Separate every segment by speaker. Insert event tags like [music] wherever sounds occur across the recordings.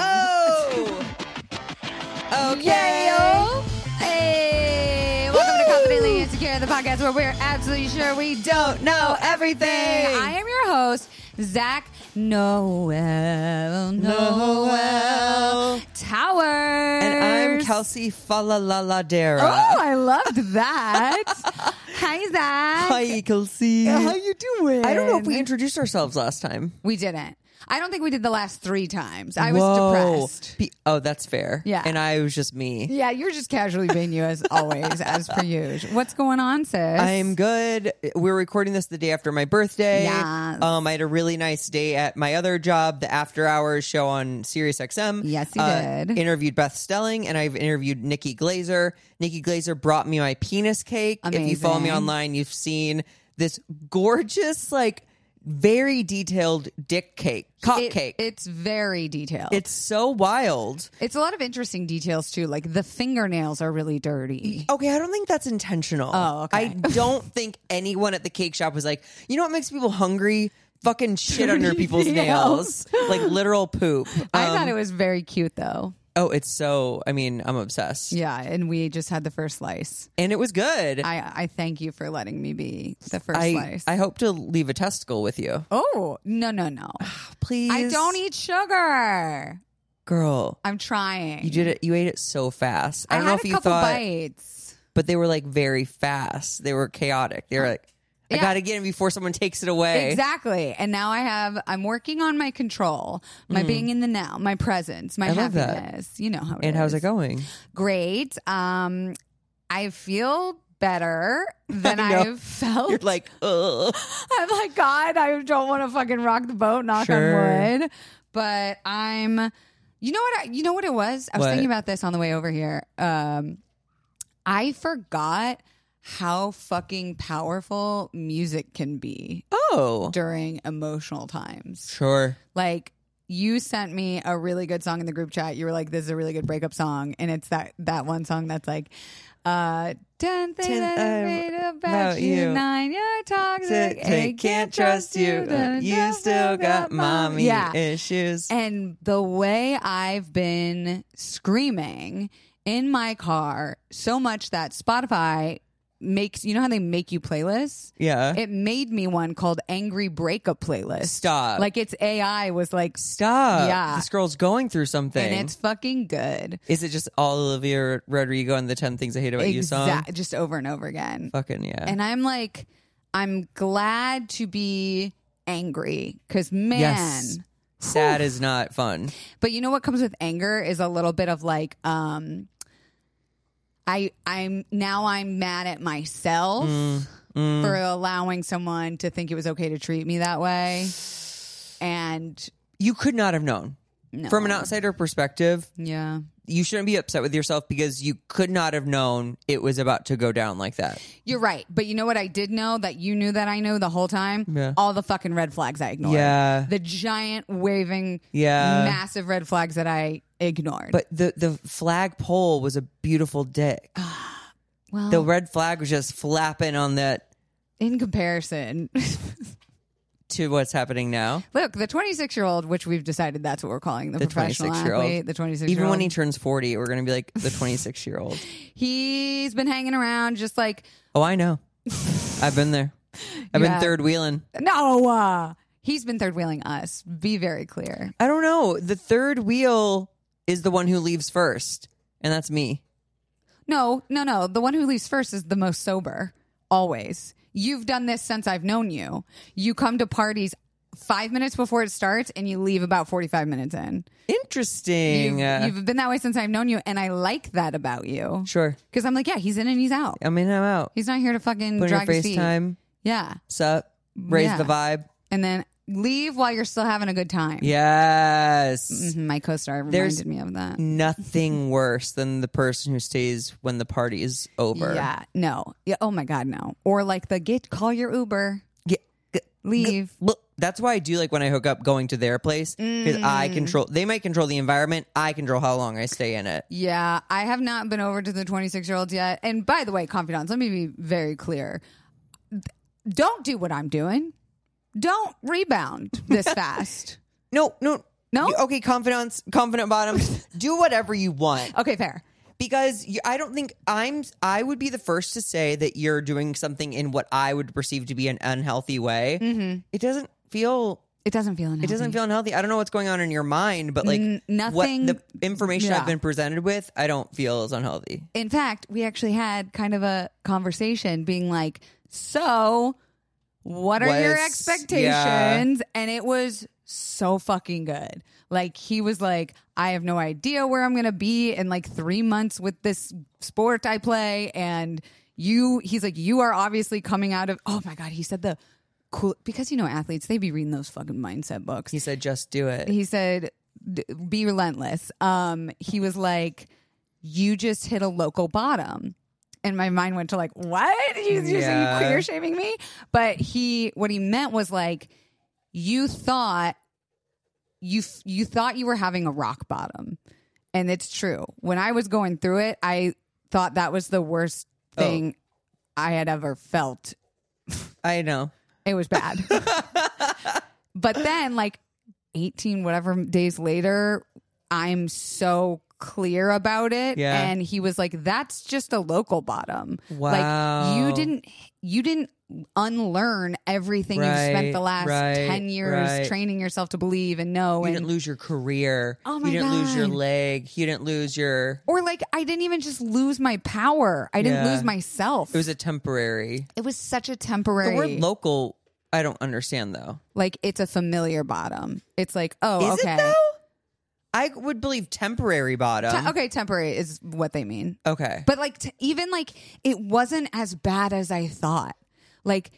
Speaker 1: Oh!
Speaker 2: Okay. Hey, welcome to Confidently Insecure, the podcast where we're absolutely sure we don't know everything. Oh, I am your host, Zach Noel. Noel. Towers.
Speaker 1: And I'm Kelsey Falalaladera.
Speaker 2: Oh, I loved [laughs] that. Hi, Zach.
Speaker 1: Hi, Kelsey.
Speaker 3: you doing?
Speaker 1: I don't know if we introduced ourselves last time.
Speaker 2: We didn't. I don't think we did the last three times. I
Speaker 1: Whoa.
Speaker 2: was depressed.
Speaker 1: Be- oh, that's fair.
Speaker 2: Yeah.
Speaker 1: And I was just me.
Speaker 2: Yeah, you're just casually being you as always, as [laughs] per usual. What's going on, sis?
Speaker 1: I'm good. We're recording this the day after my birthday.
Speaker 2: Yes.
Speaker 1: Um, I had a really nice day at my other job, the After Hours show on Sirius XM.
Speaker 2: Yes, you did.
Speaker 1: Interviewed Beth Stelling and I've interviewed Nikki Glazer. Nikki Glazer brought me my penis cake. If you follow me
Speaker 2: Amazing.
Speaker 1: online, you've seen this gorgeous, like very detailed dick cake, cock
Speaker 2: It-
Speaker 1: cake.
Speaker 2: It's very detailed. It's,
Speaker 1: It's so wild.
Speaker 2: a lot of interesting details too. Like the fingernails are really dirty.
Speaker 1: Okay, I don't think that's intentional.
Speaker 2: Oh, okay.
Speaker 1: I
Speaker 2: [laughs]
Speaker 1: don't think anyone at the cake shop was like, you know what makes people hungry? Fucking shit under people's nails. Like literal poop.
Speaker 2: [laughs] I thought it was very cute though.
Speaker 1: Oh, it's so, I mean, I'm obsessed.
Speaker 2: Yeah, and we just had the first slice.
Speaker 1: And it was good.
Speaker 2: I I thank you for letting me be the first
Speaker 1: I,
Speaker 2: slice.
Speaker 1: I hope to leave a testicle with you.
Speaker 2: oh no no no!
Speaker 1: Please.
Speaker 2: I don't e- eat sugar.
Speaker 1: Girl,
Speaker 2: I'm trying.
Speaker 1: you did it. You ate it so fast. I,
Speaker 2: I,
Speaker 1: don't
Speaker 2: had
Speaker 1: know if
Speaker 2: a
Speaker 1: you
Speaker 2: couple
Speaker 1: thought,
Speaker 2: bites.
Speaker 1: but they were like very fast. They were chaotic. They were like, I
Speaker 2: Yeah.
Speaker 1: got to get him before someone takes it away.
Speaker 2: Exactly. And now I have I'm working on my control, my being in the now, my presence, my
Speaker 1: Hmm. I love that.
Speaker 2: happiness. You know how it
Speaker 1: And how's
Speaker 2: is.
Speaker 1: it going?
Speaker 2: [laughs] Great. Um I feel
Speaker 1: [laughs]
Speaker 2: better than
Speaker 1: I know.
Speaker 2: I've felt.
Speaker 1: You're like, ugh.
Speaker 2: [laughs] I'm like, God, I don't want to fucking rock the boat, knock
Speaker 1: Sure.
Speaker 2: on wood. But I'm you know what I, you know what it was? I was
Speaker 1: What?
Speaker 2: thinking about this on the way over here. Um I forgot how fucking powerful music can be
Speaker 1: Oh.
Speaker 2: during emotional times.
Speaker 1: Sure.
Speaker 2: Like you sent me a really good song in the group chat. You were like, "This is a really good breakup song," and it's that that one song that's like, uh, ten things
Speaker 1: Ten,
Speaker 2: I
Speaker 1: um,
Speaker 2: hate about,
Speaker 1: about
Speaker 2: you.
Speaker 1: you.
Speaker 2: nine, you're toxic,
Speaker 1: They
Speaker 2: and I can't trust you. Da, da,
Speaker 1: You
Speaker 2: da,
Speaker 1: still
Speaker 2: da,
Speaker 1: got
Speaker 2: da.
Speaker 1: mommy
Speaker 2: Yeah,
Speaker 1: issues.
Speaker 2: and the way I've been screaming in my car so much that Spotify makes you know how they make you playlists
Speaker 1: [laughs] Yeah.
Speaker 2: it made me one called Angry Breakup Playlist.
Speaker 1: Stop.
Speaker 2: Like its AI was like,
Speaker 1: Stop.
Speaker 2: Yeah.
Speaker 1: This girl's going through something.
Speaker 2: and it's fucking good.
Speaker 1: Is it just all Olivia Rodrigo and the 10 Things I Hate About You song?
Speaker 2: Exact, just over and over again.
Speaker 1: Fucking yeah.
Speaker 2: And I'm like, I'm glad to be angry because man.
Speaker 1: Yes. Sad is not fun.
Speaker 2: But you know what comes with anger is a little bit of like, um, I I'm now I'm mad at myself
Speaker 1: Mm,
Speaker 2: for allowing someone to think it was okay to treat me that way, and
Speaker 1: You could not have known. From an outsider perspective,
Speaker 2: yeah,
Speaker 1: you shouldn't be upset with yourself because you could not have known it was about to go down like that.
Speaker 2: You're right. But you know what I did know that you knew that I knew the whole time?
Speaker 1: Yeah.
Speaker 2: All the fucking red flags I ignored.
Speaker 1: Yeah.
Speaker 2: The giant waving
Speaker 1: Yeah.
Speaker 2: massive red flags that I ignored.
Speaker 1: But the, the flag pole was a beautiful dick.
Speaker 2: well
Speaker 1: The red flag was just flapping on that
Speaker 2: in comparison. [laughs]
Speaker 1: to what's happening now.
Speaker 2: look, the twenty six year old, which we've decided that's what we're calling the,
Speaker 1: The
Speaker 2: professional
Speaker 1: 26-year-old.
Speaker 2: athlete, the twenty six year
Speaker 1: Even
Speaker 2: old
Speaker 1: when he turns 40, we're going to be like the 26 year [laughs] old.
Speaker 2: he's been hanging around just like
Speaker 1: Oh, I know. I've been there. I've
Speaker 2: Yeah.
Speaker 1: been third wheeling.
Speaker 2: no uh, he's been third wheeling us. Be very clear.
Speaker 1: I don't know. The third wheel is the one who leaves first, and that's me.
Speaker 2: No, no, no. The one who leaves first is the most sober, always. You've done this since I've known you. You come to parties five minutes before it starts and you leave about 45 minutes in. You've,
Speaker 1: Interesting. Uh,
Speaker 2: you've been that way since I've known you, and I like that about you.
Speaker 1: sure.
Speaker 2: Because I'm like, yeah, he's in and he's out.
Speaker 1: I mean, I'm out.
Speaker 2: He's not here to fucking
Speaker 1: Put in your
Speaker 2: drag his feet.
Speaker 1: FaceTime.
Speaker 2: Yeah.
Speaker 1: Sup. Raise
Speaker 2: Yeah.
Speaker 1: the vibe.
Speaker 2: And then leave while you're still having a good time.
Speaker 1: Yes.
Speaker 2: Mhm, My co star reminded
Speaker 1: There's-
Speaker 2: me of that.
Speaker 1: Nothing worse than the person who stays when the party is over.
Speaker 2: Yeah. No. Yeah. Oh my God, no. Or like the get, call your Uber,
Speaker 1: Yeah.
Speaker 2: leave.
Speaker 1: Well, that's why I do like when I hook up going to their place because I
Speaker 2: Mm.
Speaker 1: control. They might control the environment. I control how long I stay in it.
Speaker 2: Yeah, I have not been over to the 26 year olds yet. And by the way, confidants, let me be very clear. Th-
Speaker 1: [laughs]
Speaker 2: Don't do what I'm doing. Don't rebound this fast.
Speaker 1: No, no,
Speaker 2: No?
Speaker 1: You- okay, confidants, confident bottoms, do whatever you want
Speaker 2: Okay, fair.
Speaker 1: because you, I don't think I'm. I would be the first to say that you're doing something in what I would perceive to be an unhealthy way.
Speaker 2: Mm-hmm.
Speaker 1: It doesn't feel.
Speaker 2: It doesn't feel unhealthy.
Speaker 1: It doesn't feel unhealthy. I don't know what's going on in your mind, but like
Speaker 2: Mm-hmm. N- nothing-
Speaker 1: What the information
Speaker 2: yeah.
Speaker 1: I've been presented with, I don't feel is unhealthy.
Speaker 2: in fact, we actually had kind of a conversation being like, so what are
Speaker 1: What
Speaker 2: your
Speaker 1: is-
Speaker 2: expectations? And it was so fucking good. Like, he was like, I have no idea where I'm going to be in like three months with this sport I play. And you, he's like, you are obviously coming out of, oh my God, he said the cool, because you know, athletes, they be reading those fucking mindset books
Speaker 1: He said, "Just do it."
Speaker 2: he said D- be relentless um he was like you just hit a local bottom and my mind went to like what he's
Speaker 1: Yeah.
Speaker 2: using queer shaming me but he what he meant was like you thought you f- you thought you were having a rock bottom and it's true when i was going through it i thought that was the worst thing i had ever felt
Speaker 1: I know.
Speaker 2: it was
Speaker 1: [laughs]
Speaker 2: bad. but then, like 18 whatever days later, I'm so clear about it.
Speaker 1: Yeah.
Speaker 2: And he was like, that's just a local bottom. Like
Speaker 1: Wow.
Speaker 2: you didn't you didn't unlearn everything you've spent
Speaker 1: Right,
Speaker 2: the last
Speaker 1: right,
Speaker 2: 10 years
Speaker 1: right.
Speaker 2: training yourself to believe and know
Speaker 1: You
Speaker 2: and
Speaker 1: didn't lose your career.
Speaker 2: Oh my
Speaker 1: you didn't lose your
Speaker 2: God.
Speaker 1: leg. You didn't lose your.
Speaker 2: or like I didn't even just lose my power. I didn't
Speaker 1: Yeah.
Speaker 2: lose myself.
Speaker 1: It was a temporary.
Speaker 2: it was such a
Speaker 1: The word
Speaker 2: temporary
Speaker 1: local, I don't understand though.
Speaker 2: like it's a familiar bottom. It's like, oh,
Speaker 1: Is
Speaker 2: okay.
Speaker 1: it though? I would believe temporary bottom.
Speaker 2: Te- okay, temporary is what they mean.
Speaker 1: okay.
Speaker 2: But like, t- even like, it wasn't as bad as I thought. Like,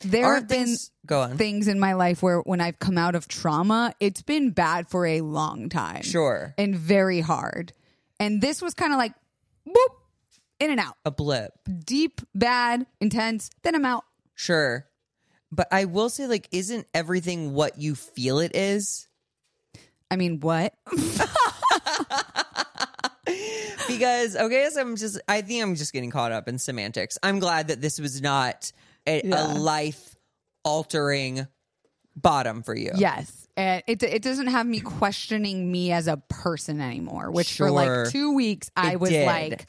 Speaker 2: there
Speaker 1: Aren't
Speaker 2: have been
Speaker 1: things- go on.
Speaker 2: things in my life where when I've come out of trauma, it's been bad for a long time.
Speaker 1: Sure.
Speaker 2: And very hard. And this was kind of like, boop, in and out.
Speaker 1: A blip.
Speaker 2: Deep, bad, intense, then I'm out.
Speaker 1: Sure. But I will say, like, isn't everything what you feel it is?
Speaker 2: I mean, what?
Speaker 1: Because okay, so I'm just I think I'm just getting caught up in semantics. I'm glad that this was not a,
Speaker 2: Yeah.
Speaker 1: a life altering bottom for you.
Speaker 2: Yes. And it, it doesn't have me questioning me as a person anymore, which for
Speaker 1: Sure.
Speaker 2: like two weeks, I
Speaker 1: It
Speaker 2: was
Speaker 1: did.
Speaker 2: like,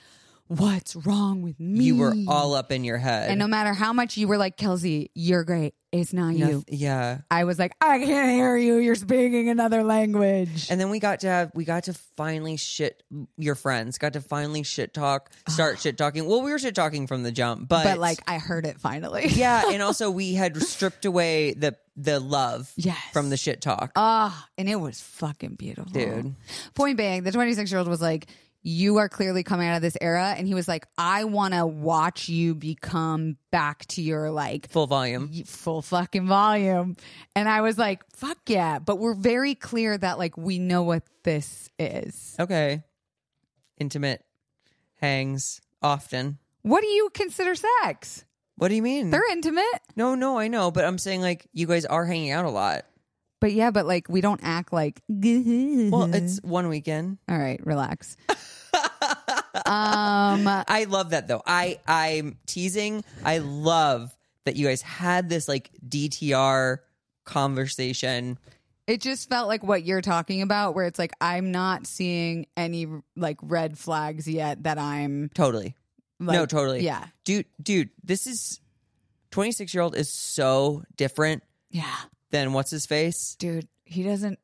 Speaker 2: what's wrong with me?
Speaker 1: You were all up in your head.
Speaker 2: And no matter how much you were like, Kelsey, you're great. It's not you.
Speaker 1: yeah.
Speaker 2: I was like, I can't hear you. You're speaking another language.
Speaker 1: And then we got to have we got to finally shit your friends got to finally shit talk
Speaker 2: [sighs]
Speaker 1: start shit talking. Well, we were shit talking from the jump, but
Speaker 2: but like, I heard it finally.
Speaker 1: yeah, and also we had stripped away the the love
Speaker 2: Yes.
Speaker 1: from the shit talk.
Speaker 2: [laughs] Ah, and it was fucking beautiful.
Speaker 1: Dude.
Speaker 2: Point being, the 26 year old was like, You are clearly coming out of this era. And he was like, I want to watch you become back to your like
Speaker 1: Full volume.
Speaker 2: full fucking volume. And I was like, fuck yeah. But we're very clear that like we know what this is.
Speaker 1: Okay. Intimate hangs often.
Speaker 2: What do you consider sex?
Speaker 1: What do you mean?
Speaker 2: They're intimate.
Speaker 1: no, no, I know, but I'm saying like you guys are hanging out a lot.
Speaker 2: But yeah, but like we don't act like [laughs]
Speaker 1: Well,
Speaker 2: Mm-hmm.
Speaker 1: it's one weekend.
Speaker 2: all right, relax. [laughs] um
Speaker 1: I love that though. I I'm teasing. I love that you guys had this like DTR conversation.
Speaker 2: it just felt like what you're talking about where it's like I'm not seeing any like red flags yet that I'm
Speaker 1: Totally.
Speaker 2: like
Speaker 1: no, totally.
Speaker 2: Yeah.
Speaker 1: Dude, dude, this is 26 year old is so different
Speaker 2: Yeah.
Speaker 1: than what's his face.
Speaker 2: Dude, he doesn't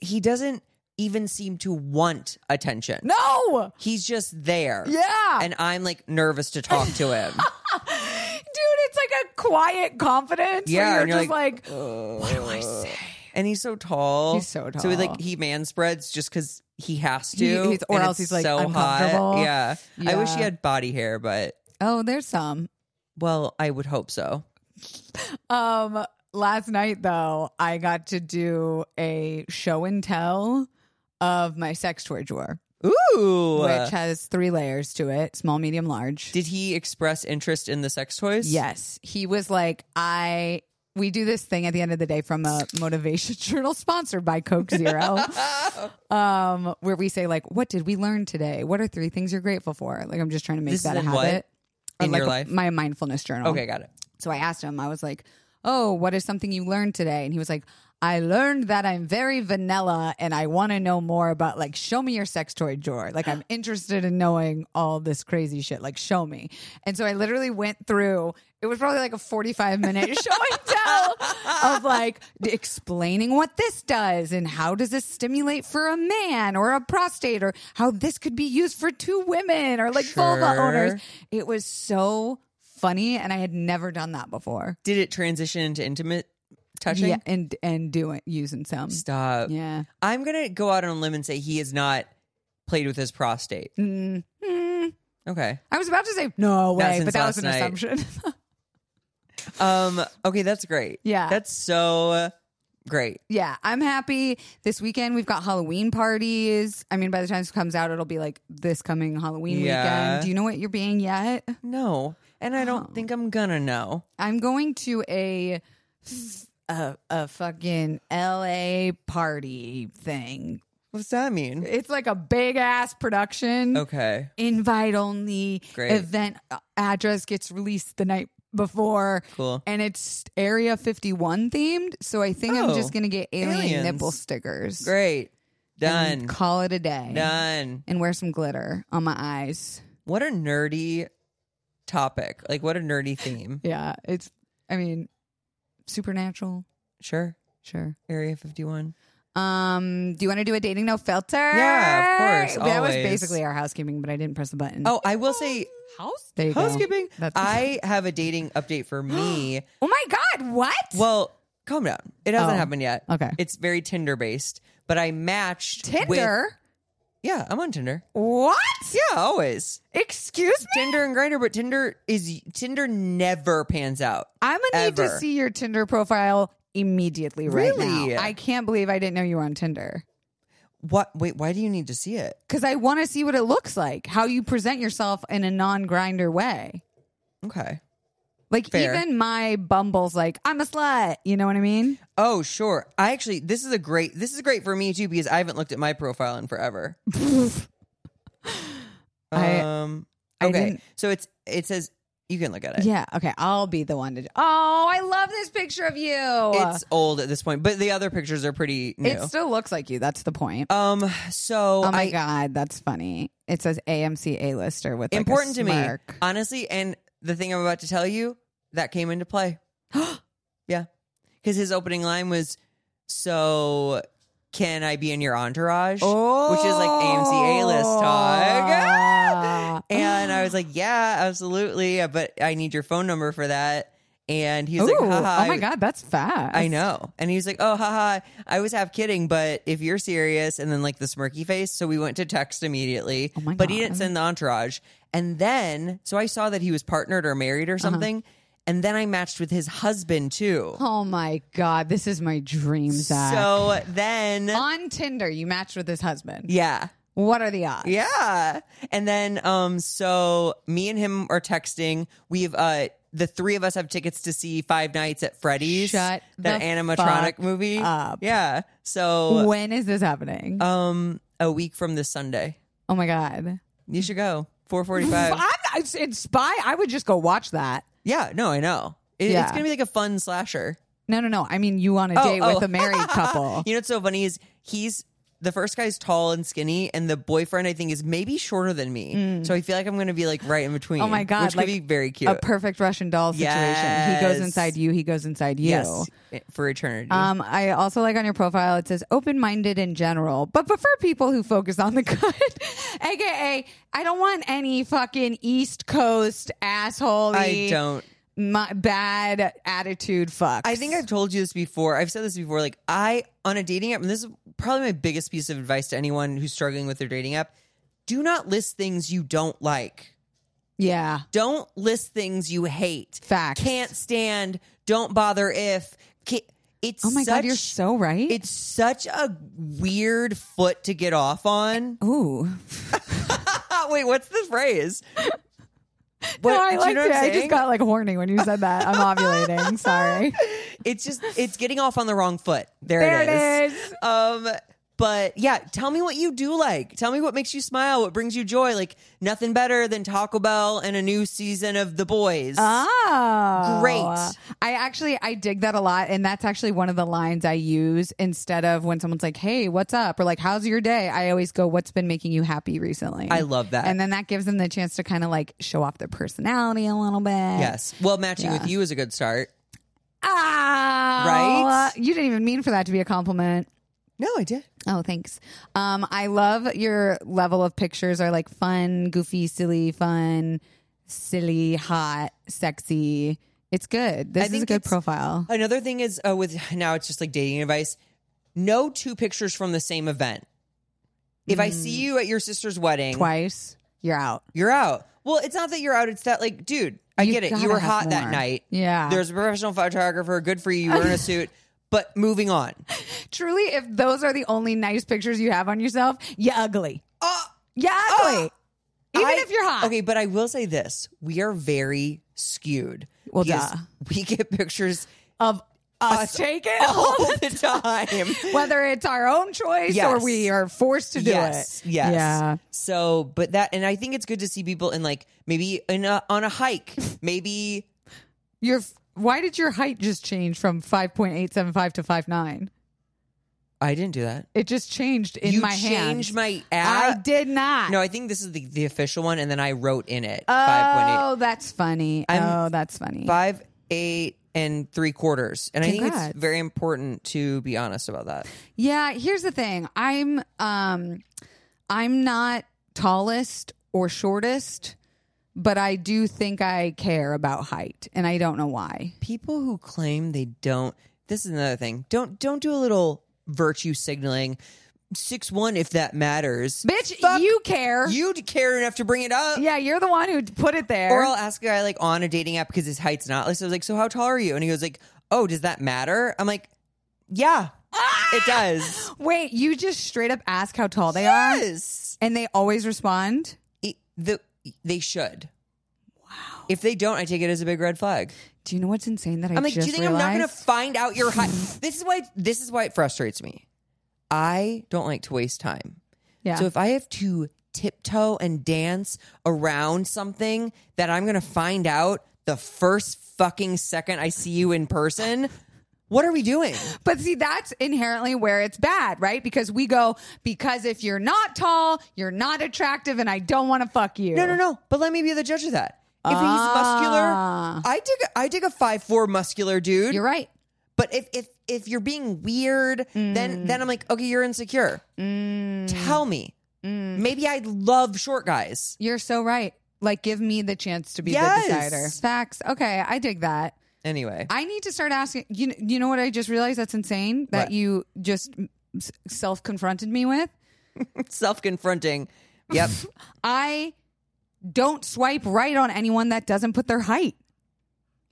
Speaker 1: He doesn't even seem to want attention.
Speaker 2: No.
Speaker 1: He's just there.
Speaker 2: Yeah.
Speaker 1: And I'm like nervous to talk to him.
Speaker 2: dude it's like a quiet confidence
Speaker 1: Yeah,
Speaker 2: where you're,
Speaker 1: and you're
Speaker 2: just like,
Speaker 1: like,
Speaker 2: what do i say
Speaker 1: and he's so tall.
Speaker 2: He's so
Speaker 1: So he like
Speaker 2: tall.
Speaker 1: he man spreads just because he has to.
Speaker 2: He- he's- or
Speaker 1: and
Speaker 2: else
Speaker 1: it's
Speaker 2: he's, like,
Speaker 1: so
Speaker 2: uncomfortable.
Speaker 1: hot. Yeah. I wish he
Speaker 2: Yeah.
Speaker 1: had body hair, but
Speaker 2: oh there's some
Speaker 1: well, I would hope so.
Speaker 2: um last night though i got to do a show and tell of my sex toy drawer
Speaker 1: Ooh.
Speaker 2: which has three layers to it small medium large
Speaker 1: Did he express interest in the sex toys?
Speaker 2: yes he was like i we do this thing at the end of the day from a motivation [laughs] journal sponsored by coke
Speaker 1: [laughs]
Speaker 2: zero um where we say like what did we learn today what are three things you're grateful for like i'm just trying to make
Speaker 1: This
Speaker 2: that
Speaker 1: is
Speaker 2: a
Speaker 1: in what?
Speaker 2: habit
Speaker 1: In
Speaker 2: like
Speaker 1: your life?
Speaker 2: my mindfulness journal
Speaker 1: Okay, got it.
Speaker 2: so i asked him i was like oh what is something you learned today and he was like I learned that I'm very vanilla and I want to know more about like show me your sex toy drawer. Like I'm interested in knowing all this crazy shit. Like show me. And so I literally went through it was probably like a 45 minute [laughs] show and tell of like d- explaining what this does and how does this stimulate for a man or a prostate or how this could be used for two women or like vulva
Speaker 1: Sure.
Speaker 2: owners. It was so funny and I had never done that before.
Speaker 1: Did it transition into intimate touching?
Speaker 2: Yeah, and and doing using some.
Speaker 1: Stop.
Speaker 2: Yeah.
Speaker 1: I'm gonna go out on a limb and say he has not played with his prostate.
Speaker 2: Mm. Mm.
Speaker 1: Okay.
Speaker 2: I was about to say no
Speaker 1: Not
Speaker 2: way,
Speaker 1: since
Speaker 2: but that was an
Speaker 1: last night.
Speaker 2: assumption. [laughs]
Speaker 1: Um. Okay, that's great.
Speaker 2: Yeah.
Speaker 1: That's so great.
Speaker 2: yeah, I'm happy. This weekend we've got Halloween parties. I mean, by the time this comes out, it'll be like this coming Halloween
Speaker 1: Yeah.
Speaker 2: weekend. Do you know what you're being yet?
Speaker 1: No, and I don't
Speaker 2: Oh.
Speaker 1: think I'm gonna know.
Speaker 2: I'm going to a a, a fucking LA party thing.
Speaker 1: What's that mean?
Speaker 2: It's like a big ass production.
Speaker 1: Okay.
Speaker 2: invite only
Speaker 1: Great.
Speaker 2: event uh, address gets released the night before
Speaker 1: Cool.
Speaker 2: and it's area 51 themed so i think
Speaker 1: Oh,
Speaker 2: i'm just gonna get alien
Speaker 1: aliens.
Speaker 2: nipple stickers
Speaker 1: Great.
Speaker 2: and
Speaker 1: Done.
Speaker 2: call it a day
Speaker 1: Done.
Speaker 2: and wear some glitter on my eyes
Speaker 1: What a nerdy topic. Like, what a nerdy theme.
Speaker 2: yeah it's i mean supernatural
Speaker 1: Sure.
Speaker 2: sure
Speaker 1: Area 51.
Speaker 2: um do you want to do a dating no filter
Speaker 1: Yeah, of course,
Speaker 2: that was
Speaker 1: always.
Speaker 2: basically our housekeeping but i didn't press the button
Speaker 1: Oh, I will say
Speaker 2: house there you
Speaker 1: housekeeping.
Speaker 2: go That's-
Speaker 1: I have a dating update
Speaker 2: [gasps]
Speaker 1: for me.
Speaker 2: oh my god what
Speaker 1: well, calm down. It hasn't
Speaker 2: Oh,
Speaker 1: happened yet.
Speaker 2: okay.
Speaker 1: It's very Tinder based, but I matched with-
Speaker 2: tinder
Speaker 1: yeah, I'm on Tinder.
Speaker 2: what
Speaker 1: Yeah, always.
Speaker 2: Excuse me?
Speaker 1: Tinder and Grinder, but Tinder is Tinder never pans out.
Speaker 2: I'm gonna need
Speaker 1: Ever.
Speaker 2: to see your Tinder profile immediately right
Speaker 1: Really?
Speaker 2: now. I can't believe I didn't know you were on Tinder.
Speaker 1: What? Wait, why do you need to see it?
Speaker 2: Because I want to see what it looks like, how you present yourself in a non grinder way.
Speaker 1: Okay.
Speaker 2: Like
Speaker 1: Fair.
Speaker 2: even my Bumble's like, I'm a slut. You know what I mean?
Speaker 1: Oh, sure. I actually, this is a great. This is great for me too because I haven't looked at my profile in forever.
Speaker 2: [laughs] I-
Speaker 1: um.
Speaker 2: I
Speaker 1: okay.
Speaker 2: didn't-
Speaker 1: So it's it says you can look at it.
Speaker 2: Yeah. Okay. I'll be the one to. Oh, I love this picture of you.
Speaker 1: It's old at this point, but the other pictures are pretty new.
Speaker 2: it still looks like you. That's the point.
Speaker 1: um. So
Speaker 2: Oh my
Speaker 1: I,
Speaker 2: god, that's funny. It says AMC A lister with like, a
Speaker 1: important to me,
Speaker 2: smirk.
Speaker 1: honestly, and the thing I'm about to tell you that came into
Speaker 2: [gasps]
Speaker 1: play. yeah, because his opening line was, "So can I be in your entourage?" Which is like AMC A list
Speaker 2: Oh.
Speaker 1: talk. and I was like, "Yeah, absolutely," but I need your phone number for that. And he
Speaker 2: [gasps]
Speaker 1: was
Speaker 2: Ooh,
Speaker 1: like, "Haha."
Speaker 2: oh my god, that's fast.
Speaker 1: I know. And he was like, oh, haha, I was half kidding, but if you're serious, and then like the smirky face. So we went to text immediately,
Speaker 2: Oh my
Speaker 1: but he didn't
Speaker 2: God.
Speaker 1: send the entourage. And then, so I saw that he was partnered or married
Speaker 2: Uh-huh.
Speaker 1: or something. And then I matched with his husband too.
Speaker 2: Oh my god, this is my dream, Zach.
Speaker 1: So then,
Speaker 2: on Tinder, you matched with his husband.
Speaker 1: yeah.
Speaker 2: What are the odds?
Speaker 1: Yeah. And then um so me and him are texting. We've uh the three of us have tickets to see Five Nights at Freddy's.
Speaker 2: Shut
Speaker 1: that
Speaker 2: the
Speaker 1: animatronic
Speaker 2: fuck
Speaker 1: movie.
Speaker 2: up.
Speaker 1: Yeah. So
Speaker 2: When is this happening?
Speaker 1: um a week from this Sunday.
Speaker 2: oh my god.
Speaker 1: You should go. Four forty
Speaker 2: I'm,
Speaker 1: five.
Speaker 2: it's, it's spy. I would just go watch that.
Speaker 1: Yeah, no, I know. It,
Speaker 2: Yeah.
Speaker 1: It's gonna be like a fun slasher.
Speaker 2: No, no, no. I mean, you on a date
Speaker 1: oh.
Speaker 2: with a married
Speaker 1: [laughs]
Speaker 2: couple.
Speaker 1: You know what's so funny is he's the first guy's tall and skinny, and the boyfriend I think is maybe shorter than me. So I feel like I'm gonna be like right in between.
Speaker 2: Mm. Oh my God,
Speaker 1: Which
Speaker 2: like
Speaker 1: could be very cute.
Speaker 2: A perfect Russian doll situation. He
Speaker 1: Yes.
Speaker 2: goes inside you. He goes inside you.
Speaker 1: Yes, for eternity.
Speaker 2: Um, I also like on your profile it says open minded in general, but prefer people who focus on the [laughs] good. AKA, I don't want any fucking East Coast asshole
Speaker 1: I don't.
Speaker 2: bad attitude fucks.
Speaker 1: I think I've told you this before. I've said this before. Like I on a dating app, and this is probably my biggest piece of advice to anyone who's struggling with their dating app. Do not list things you don't like.
Speaker 2: yeah.
Speaker 1: Don't list things you hate.
Speaker 2: Facts.
Speaker 1: Can't stand. Don't bother if. Can't, it's
Speaker 2: Oh my
Speaker 1: such,
Speaker 2: god, you're so right.
Speaker 1: It's such a weird foot to get off on. [laughs] Oh,
Speaker 2: Ooh.
Speaker 1: Wait, what's the
Speaker 2: [laughs]
Speaker 1: phrase?
Speaker 2: no,
Speaker 1: What- do
Speaker 2: I
Speaker 1: you
Speaker 2: liked
Speaker 1: know what
Speaker 2: it.
Speaker 1: I'm
Speaker 2: I just
Speaker 1: saying?
Speaker 2: got like horny when you said that. I'm
Speaker 1: [laughs]
Speaker 2: ovulating. Sorry.
Speaker 1: it's just it's getting off on the wrong foot. There,
Speaker 2: There it
Speaker 1: it is. Um, But yeah, tell me what you do like. Tell me what makes you smile, what brings you joy. Like nothing better than Taco Bell and a new season of The Boys.
Speaker 2: Oh,
Speaker 1: Great.
Speaker 2: I actually I dig that a lot, and that's actually one of the lines I use instead of when someone's like, "Hey, what's up?" or like, "How's your day?" I always go, "What's been making you happy recently?"
Speaker 1: I love that.
Speaker 2: and then that gives them the chance to kind of like show off their personality a little bit.
Speaker 1: yes. Well, matching with you is a good start.
Speaker 2: Ah,
Speaker 1: Right?
Speaker 2: You didn't even mean for that to be a compliment.
Speaker 1: No, I did.
Speaker 2: Oh, thanks. Um, I love your level of pictures are like fun, goofy, silly, fun, silly, hot, sexy. It's good. This is a
Speaker 1: think
Speaker 2: good
Speaker 1: it's-
Speaker 2: profile.
Speaker 1: Another thing is uh, with [laughs] now it's just like dating advice. No two pictures from the same event. If I
Speaker 2: Mm.
Speaker 1: see you at your sister's wedding,
Speaker 2: Twice, you're out.
Speaker 1: you're out. Well, it's not that you're out. It's that like, dude, I
Speaker 2: You
Speaker 1: get it.
Speaker 2: gotta
Speaker 1: You were
Speaker 2: have
Speaker 1: hot that
Speaker 2: more.
Speaker 1: night.
Speaker 2: Yeah.
Speaker 1: There's a professional photographer. Good for you.
Speaker 2: [laughs]
Speaker 1: You were in a suit. But moving on.
Speaker 2: Truly, if those are the only nice pictures you have on yourself, you're ugly.
Speaker 1: Oh,
Speaker 2: You're ugly. Even
Speaker 1: I-
Speaker 2: if you're hot.
Speaker 1: Okay, but I will say this: we are very skewed.
Speaker 2: Well,
Speaker 1: because
Speaker 2: duh.
Speaker 1: we
Speaker 2: [laughs]
Speaker 1: get pictures
Speaker 2: Of us
Speaker 1: Us Oh.
Speaker 2: taking
Speaker 1: all the time.
Speaker 2: [laughs] whether it's our own choice
Speaker 1: Yes.
Speaker 2: or we are forced to do
Speaker 1: yes,
Speaker 2: it.
Speaker 1: yes.
Speaker 2: Yeah.
Speaker 1: So, but that, and I think it's good to see people in like maybe in a, on
Speaker 2: [laughs]
Speaker 1: a hike, maybe
Speaker 2: Your why did your height just change from 5.875 to 5.9?
Speaker 1: I didn't do that.
Speaker 2: It just changed in
Speaker 1: you
Speaker 2: my hand.
Speaker 1: changed my
Speaker 2: I
Speaker 1: ad.
Speaker 2: did not.
Speaker 1: No, I think this is the, the official one, and then I wrote in it
Speaker 2: oh, that's funny.
Speaker 1: I'm-
Speaker 2: oh, that's funny.
Speaker 1: five eight and three quarters, and I think
Speaker 2: Congrats.
Speaker 1: it's very important to be honest about that.
Speaker 2: Yeah, here's the thing. I'm um I'm not tallest or shortest, but I do think I care about height and I don't know why.
Speaker 1: people who claim they don't this is another thing don't don't do a little virtue signaling six one if that matters
Speaker 2: Bitch,
Speaker 1: Fuck
Speaker 2: you care.
Speaker 1: you care enough to bring it up
Speaker 2: yeah, you're the one who put it there.
Speaker 1: or i'll ask a guy like on a dating app because his height's not listed i was like so how tall are you and he goes like oh does that matter i'm like yeah it [laughs] does
Speaker 2: Wait, you just straight up ask how tall they are
Speaker 1: yes
Speaker 2: and they always respond?
Speaker 1: It- the, they should wow if they don't i take it as a big red flag
Speaker 2: Do you know what's insane that I
Speaker 1: I'm like, do you
Speaker 2: just
Speaker 1: think
Speaker 2: realized?
Speaker 1: I'm not going to find out your [laughs] height? this is why. This is why it frustrates me. I don't like to waste time.
Speaker 2: Yeah.
Speaker 1: So if I have to tiptoe and dance around something that I'm going to find out the first fucking second I see you in [laughs] person, what are we doing?
Speaker 2: But see, that's inherently where it's bad, right? Because we go, because if you're not tall, you're not attractive, and I don't want to fuck you.
Speaker 1: No, no, no. But let me be the judge of that. If
Speaker 2: Ah.
Speaker 1: he's muscular, I dig. I dig a five four muscular dude.
Speaker 2: You're right.
Speaker 1: But if if if you're being weird,
Speaker 2: Mm.
Speaker 1: then then I'm like, okay, you're insecure. Tell me.
Speaker 2: Mm.
Speaker 1: Maybe I love short guys.
Speaker 2: You're so right. Like, give me the chance to be
Speaker 1: Yes.
Speaker 2: the decider. Facts. Okay, I dig that. [laughs]
Speaker 1: Anyway,
Speaker 2: I need to start asking. You, kn- you know what I just realized? That's insane that
Speaker 1: What?
Speaker 2: you just self confronted me with.
Speaker 1: self confronting. Yep.
Speaker 2: [laughs] I don't swipe right on anyone that doesn't put their height.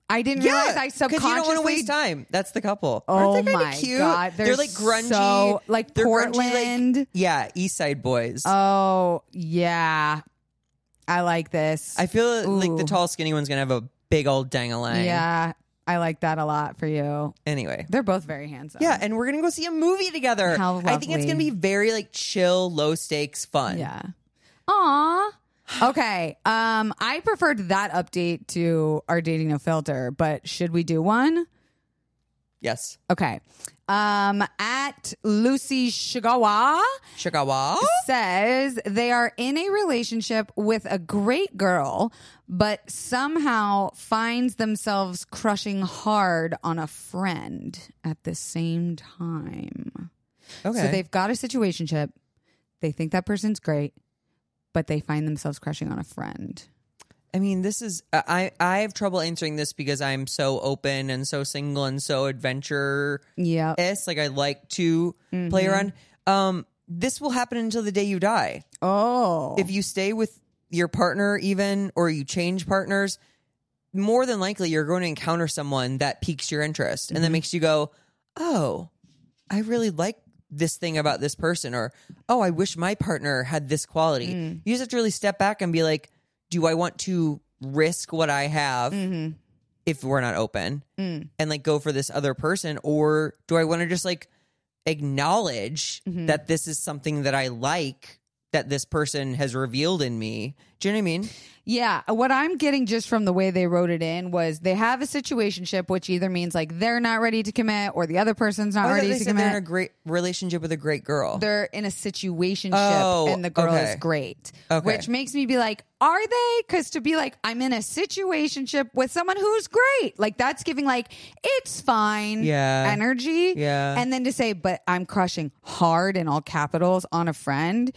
Speaker 2: I didn't realize I
Speaker 1: 'cause
Speaker 2: subconsciously
Speaker 1: you don't want to waste time. That's the couple.
Speaker 2: Oh
Speaker 1: Aren't they kinda
Speaker 2: my
Speaker 1: cute?
Speaker 2: God, they're
Speaker 1: like grungy,
Speaker 2: so- like
Speaker 1: they're grungy,
Speaker 2: Portland.
Speaker 1: yeah, East Side boys.
Speaker 2: Oh yeah, I like this.
Speaker 1: I feel like the
Speaker 2: ooh.
Speaker 1: tall, skinny one's gonna have a big old dangalang.
Speaker 2: yeah, I like that a lot for you.
Speaker 1: Anyway.
Speaker 2: They're both very handsome.
Speaker 1: Yeah, and we're gonna go see a movie together.
Speaker 2: How
Speaker 1: I think it's
Speaker 2: lovely.
Speaker 1: gonna be very like chill, low stakes fun.
Speaker 2: yeah. Aw. Okay. Um, I preferred that update to our dating no filter, but should we do one?
Speaker 1: Yes.
Speaker 2: Okay. Um, at Lucy Shigawa
Speaker 1: Chicago.
Speaker 2: says they are in a relationship with a great girl, but somehow finds themselves crushing hard on a friend at the same time.
Speaker 1: Okay.
Speaker 2: So they've got a situationship. They think that person's great, but they find themselves crushing on a friend.
Speaker 1: I mean, this is I I have trouble answering this because I'm so open and so single and so adventure
Speaker 2: Yeah.
Speaker 1: s. Like I like to play around. Um, this will happen until the day you die.
Speaker 2: Oh.
Speaker 1: If you stay with your partner, even or you change partners, more than likely you're going to encounter someone that piques your interest and that makes you go, "Oh, I really like." This thing about this person, or oh, I wish my partner had this quality. You just have to really step back and be like, do I want to risk what I have
Speaker 2: Mm.
Speaker 1: if we're not open and like go for this other person or do I want to just like acknowledge
Speaker 2: Mm-hmm.
Speaker 1: that this is something that I like that this person has revealed in me. Do you know what I mean?
Speaker 2: Yeah, what I'm getting just from the way they wrote it in was they have a situationship, which either means like they're not ready to commit or the other person's not
Speaker 1: I thought
Speaker 2: ready
Speaker 1: they
Speaker 2: to
Speaker 1: said they're in
Speaker 2: commit.
Speaker 1: a great relationship with a great girl.
Speaker 2: they're in a situationship
Speaker 1: Oh,
Speaker 2: and the girl
Speaker 1: okay.
Speaker 2: is great.
Speaker 1: Okay.
Speaker 2: Which makes me be like, are they? Because to be like, I'm in a situationship with someone who's great, like that's giving like, it's fine
Speaker 1: Yeah.
Speaker 2: energy.
Speaker 1: Yeah.
Speaker 2: And then to say, but I'm crushing hard in all capitals on a friend,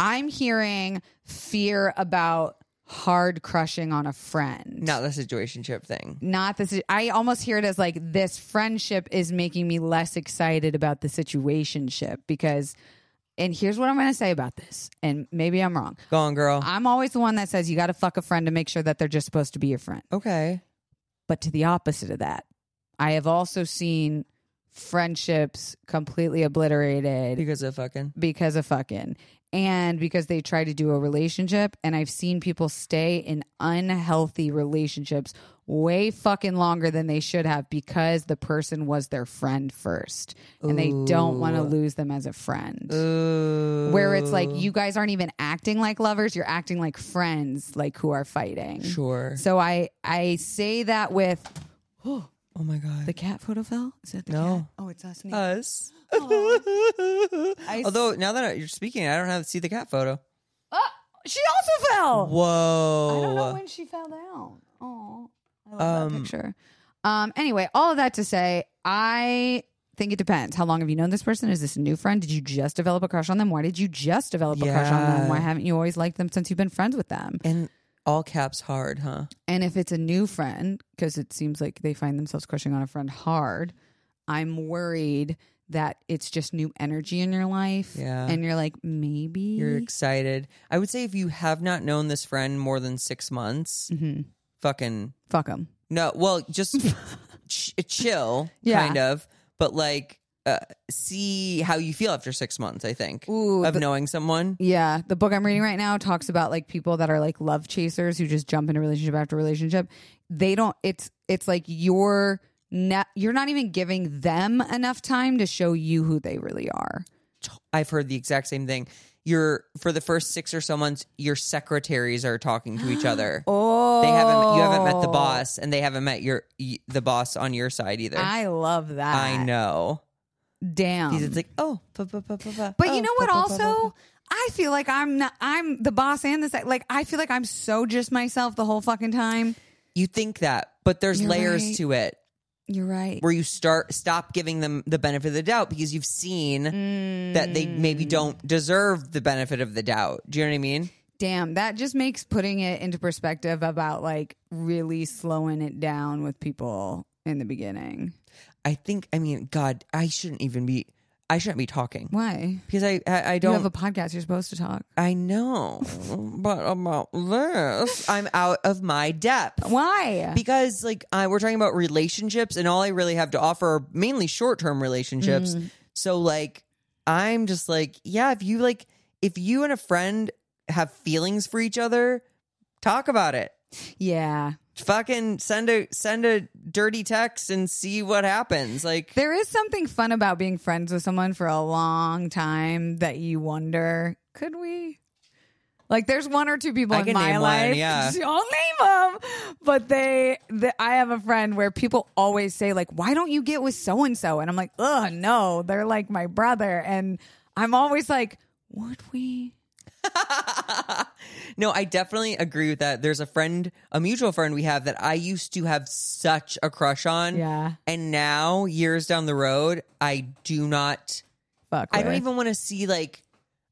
Speaker 2: I'm hearing fear about hard crushing on a friend.
Speaker 1: Not the situationship thing.
Speaker 2: Not this. I almost hear it as like this friendship is making me less excited about the situationship because, and here's what I'm going to say about this, and maybe I'm wrong.
Speaker 1: Go on, girl.
Speaker 2: I'm always the one that says you got to fuck a friend to make sure that they're just supposed to be your friend.
Speaker 1: okay.
Speaker 2: But to the opposite of that, I have also seen friendships completely obliterated
Speaker 1: Because of fucking.
Speaker 2: because of fucking and because they try to do a relationship and i've seen people stay in unhealthy relationships way fucking longer than they should have because the person was their friend first and they don't want to lose them as a friend
Speaker 1: Ooh.
Speaker 2: where it's like you guys aren't even acting like lovers you're acting like friends like who are fighting
Speaker 1: Sure.
Speaker 2: so i i say that with
Speaker 1: Oh my god.
Speaker 2: the cat photo fell is that the
Speaker 1: No.
Speaker 2: cat? oh it's us sneaking.
Speaker 1: us. Although now that you're speaking, I don't have to see the cat photo.
Speaker 2: oh, she also fell
Speaker 1: Whoa.
Speaker 2: Oh. I don't know when she fell down. Oh, I love
Speaker 1: Oh, uh, Um,
Speaker 2: that picture. Um. Anyway, all of that to say, I think it depends. How long have you known this person? Is this a new friend? Did you just develop a crush on them? Why did you just develop a crush on them?
Speaker 1: Yeah.
Speaker 2: Why haven't you always liked them since you've been friends with them?
Speaker 1: and all caps hard, huh?
Speaker 2: And if it's a new friend, because it seems like they find themselves crushing on a friend hard, I'm worried that it's just new energy in your life.
Speaker 1: Yeah.
Speaker 2: And you're like, maybe
Speaker 1: You're excited. I would say if you have not known this friend more than six months,
Speaker 2: Mm-hmm.
Speaker 1: fucking
Speaker 2: fuck them.
Speaker 1: no. Well,
Speaker 2: [laughs]
Speaker 1: just ch- chill,
Speaker 2: Yeah.
Speaker 1: kind of, but like uh, see how you feel after six months. I think
Speaker 2: Ooh,
Speaker 1: of knowing someone.
Speaker 2: Yeah, the book I'm reading right now talks about like people that are like love chasers who just jump into relationship after relationship. They don't. It's it's like you're not you're not even giving them enough time to show you who they really are.
Speaker 1: I've heard the exact same thing. You're for the first six or so months, your secretaries are talking to
Speaker 2: [gasps]
Speaker 1: each other.
Speaker 2: Oh,
Speaker 1: They haven't. You haven't met the boss, and they haven't met your y- the boss on your side either.
Speaker 2: I love that.
Speaker 1: I know.
Speaker 2: Damn.
Speaker 1: Because it's like, oh, ba, ba, ba, ba, ba.
Speaker 2: Um, But
Speaker 1: Oh,
Speaker 2: you know what?
Speaker 1: ba, ba, ba,
Speaker 2: Also,
Speaker 1: ba, ba.
Speaker 2: I feel like I'm not. I'm the boss and the sec- like. I feel like I'm so just myself the whole fucking time.
Speaker 1: you think that, but there's
Speaker 2: You're
Speaker 1: layers
Speaker 2: right.
Speaker 1: to it
Speaker 2: You're right.
Speaker 1: where you start stop giving them the benefit of the doubt because you've seen that they maybe
Speaker 2: Mm.
Speaker 1: don't deserve the benefit of the doubt. Do you know what I mean?
Speaker 2: Damn, that just makes putting it into perspective about like really slowing it down with people in the beginning.
Speaker 1: I think. I mean, God, I shouldn't even be. I shouldn't be talking
Speaker 2: Why?
Speaker 1: because I I, I
Speaker 2: You
Speaker 1: don't.
Speaker 2: have a podcast, you're supposed to talk.
Speaker 1: I know, but about this, I'm out of my depth.
Speaker 2: Why?
Speaker 1: because like I, we're talking about relationships and all i really have to offer are mainly short-term relationships so like i'm just like yeah if you like if you and a friend have feelings for each other talk about it
Speaker 2: yeah.
Speaker 1: fucking send a send a dirty text and see what happens like
Speaker 2: There is something fun about being friends with someone for a long time that you wonder, could we? Like, there's one or two people
Speaker 1: I
Speaker 2: in
Speaker 1: can
Speaker 2: my
Speaker 1: name one,
Speaker 2: life.
Speaker 1: yeah.
Speaker 2: [laughs] I'll name them, but they, the, I have a friend where people always say like, "Why don't you get with so and so?" And I'm like, "Ugh, no, they're like my brother," and I'm always like, "Would we?"
Speaker 1: no i definitely agree with that there's a friend a mutual friend we have that i used to have such a crush on
Speaker 2: Yeah,
Speaker 1: and now years down the road i do not
Speaker 2: fuck.
Speaker 1: I don't
Speaker 2: with.
Speaker 1: even want to see like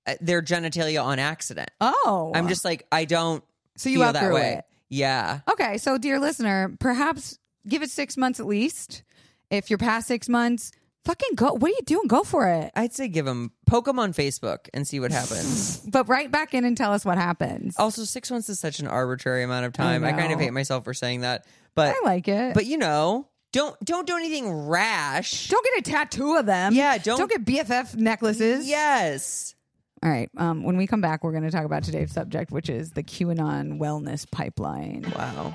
Speaker 1: uh, their genitalia on accident.
Speaker 2: Oh,
Speaker 1: I'm just like I don't. So
Speaker 2: you
Speaker 1: feel that
Speaker 2: outgrew
Speaker 1: way.
Speaker 2: it.
Speaker 1: Yeah.
Speaker 2: Okay, so dear listener, perhaps give it six months at least. If you're past six months, fucking go. What are you doing? Go for it.
Speaker 1: I'd say give them poke them on Facebook and
Speaker 2: [laughs]
Speaker 1: see what happens.
Speaker 2: But write back in and tell us what happens.
Speaker 1: also, six months is such an arbitrary amount of time. I, kind of
Speaker 2: know.
Speaker 1: hate myself for saying that, but
Speaker 2: I like it.
Speaker 1: but you know, don't don't do anything rash.
Speaker 2: don't get a tattoo of them.
Speaker 1: Yeah, don't-
Speaker 2: don't get BFF necklaces.
Speaker 1: Yes.
Speaker 2: All right. Um, when we come back, we're going to talk about today's subject, which is the QAnon wellness pipeline.
Speaker 1: Wow.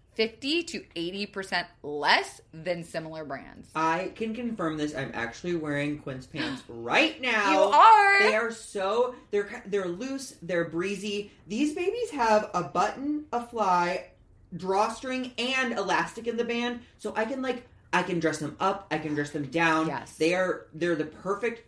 Speaker 3: 50 to 80% less than similar brands.
Speaker 1: I can confirm this. I'm actually wearing Quince
Speaker 3: [gasps]
Speaker 1: pants right now.
Speaker 3: You are?
Speaker 1: They are so they're ki- they're loose. They're breezy. These babies have a button, a fly, drawstring, and elastic in the band, so I can like I can dress them up. I can dress them down.
Speaker 3: Yes.
Speaker 1: they are. They're the perfect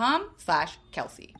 Speaker 3: slash Kelsey.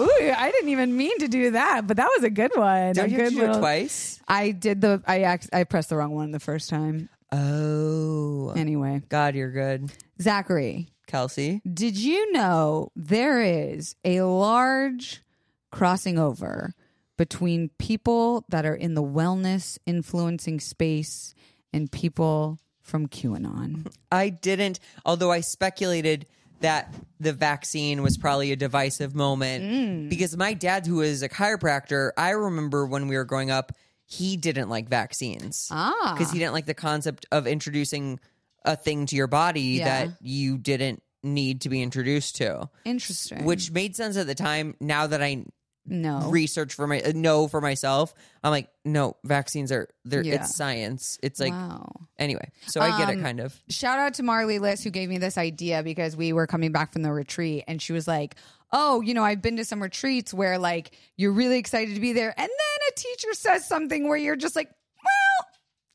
Speaker 2: Ooh, I didn't even mean to do that, but that was a good one.
Speaker 1: Don't
Speaker 2: a
Speaker 1: you
Speaker 2: good
Speaker 1: have to do it
Speaker 2: little-
Speaker 1: twice?
Speaker 2: I did the I ac- I pressed the wrong one the first time.
Speaker 1: Oh,
Speaker 2: Anyway,
Speaker 1: God, you're good,
Speaker 2: Zachary,
Speaker 1: Kelsey.
Speaker 2: did you know there is a large crossing over between people that are in the wellness influencing space and people from QAnon? [laughs]
Speaker 1: I didn't, although I speculated that the vaccine was probably a divisive moment
Speaker 2: Mm.
Speaker 1: because my dad, who is a chiropractor, I remember when we were growing up, he didn't like vaccines
Speaker 2: Ah,
Speaker 1: because he didn't like the concept of introducing a thing to your body
Speaker 2: Yeah.
Speaker 1: that you didn't need to be introduced to,
Speaker 2: interesting.
Speaker 1: which made sense at the time. Now that I
Speaker 2: no,
Speaker 1: research for my uh, know for myself, I'm like, no, vaccines are they're
Speaker 2: Yeah.
Speaker 1: it's science. It's like
Speaker 2: wow.
Speaker 1: anyway, so I get it
Speaker 2: Um,
Speaker 1: kind of.
Speaker 2: shout out to Marley Liss who gave me this idea because we were coming back from the retreat and she was like, Oh, you know, I've been to some retreats where like you're really excited to be there. And then a teacher says something where you're just like, Well,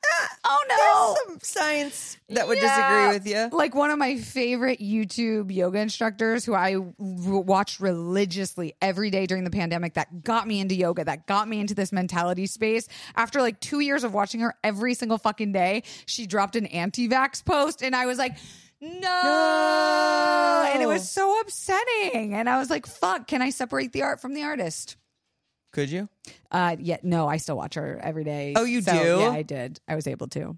Speaker 2: uh, oh no.
Speaker 1: There's some science that would
Speaker 2: Yeah.
Speaker 1: disagree with you.
Speaker 2: Like one of my favorite YouTube yoga instructors who I w- watched religiously every day during the pandemic that got me into yoga, that got me into this mentality space. After like two years of watching her every single fucking day, she dropped an anti vax post and I was like, no. And it was so upsetting. And I was like, fuck, can I separate the art from the artist?
Speaker 1: Could you?
Speaker 2: Uh, yeah, no, I still watch her every day.
Speaker 1: Oh, you
Speaker 2: So,
Speaker 1: do?
Speaker 2: Yeah, I did. I was able to.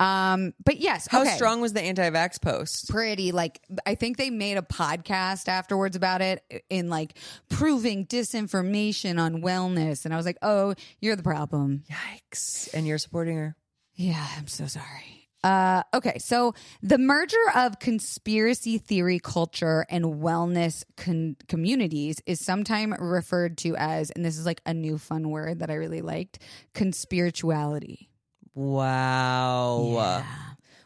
Speaker 2: Um, but yes,
Speaker 1: How
Speaker 2: okay
Speaker 1: strong was the anti-vax post?
Speaker 2: pretty like i think they made a podcast afterwards about it in like proving disinformation on wellness and i was like oh you're the problem
Speaker 1: Yikes! And you're supporting her.
Speaker 2: yeah i'm so sorry uh, okay, so the merger of conspiracy theory culture and wellness con- communities is sometimes referred to as, and this is like a new fun word that I really liked, conspirituality.
Speaker 1: Wow.
Speaker 2: Yeah.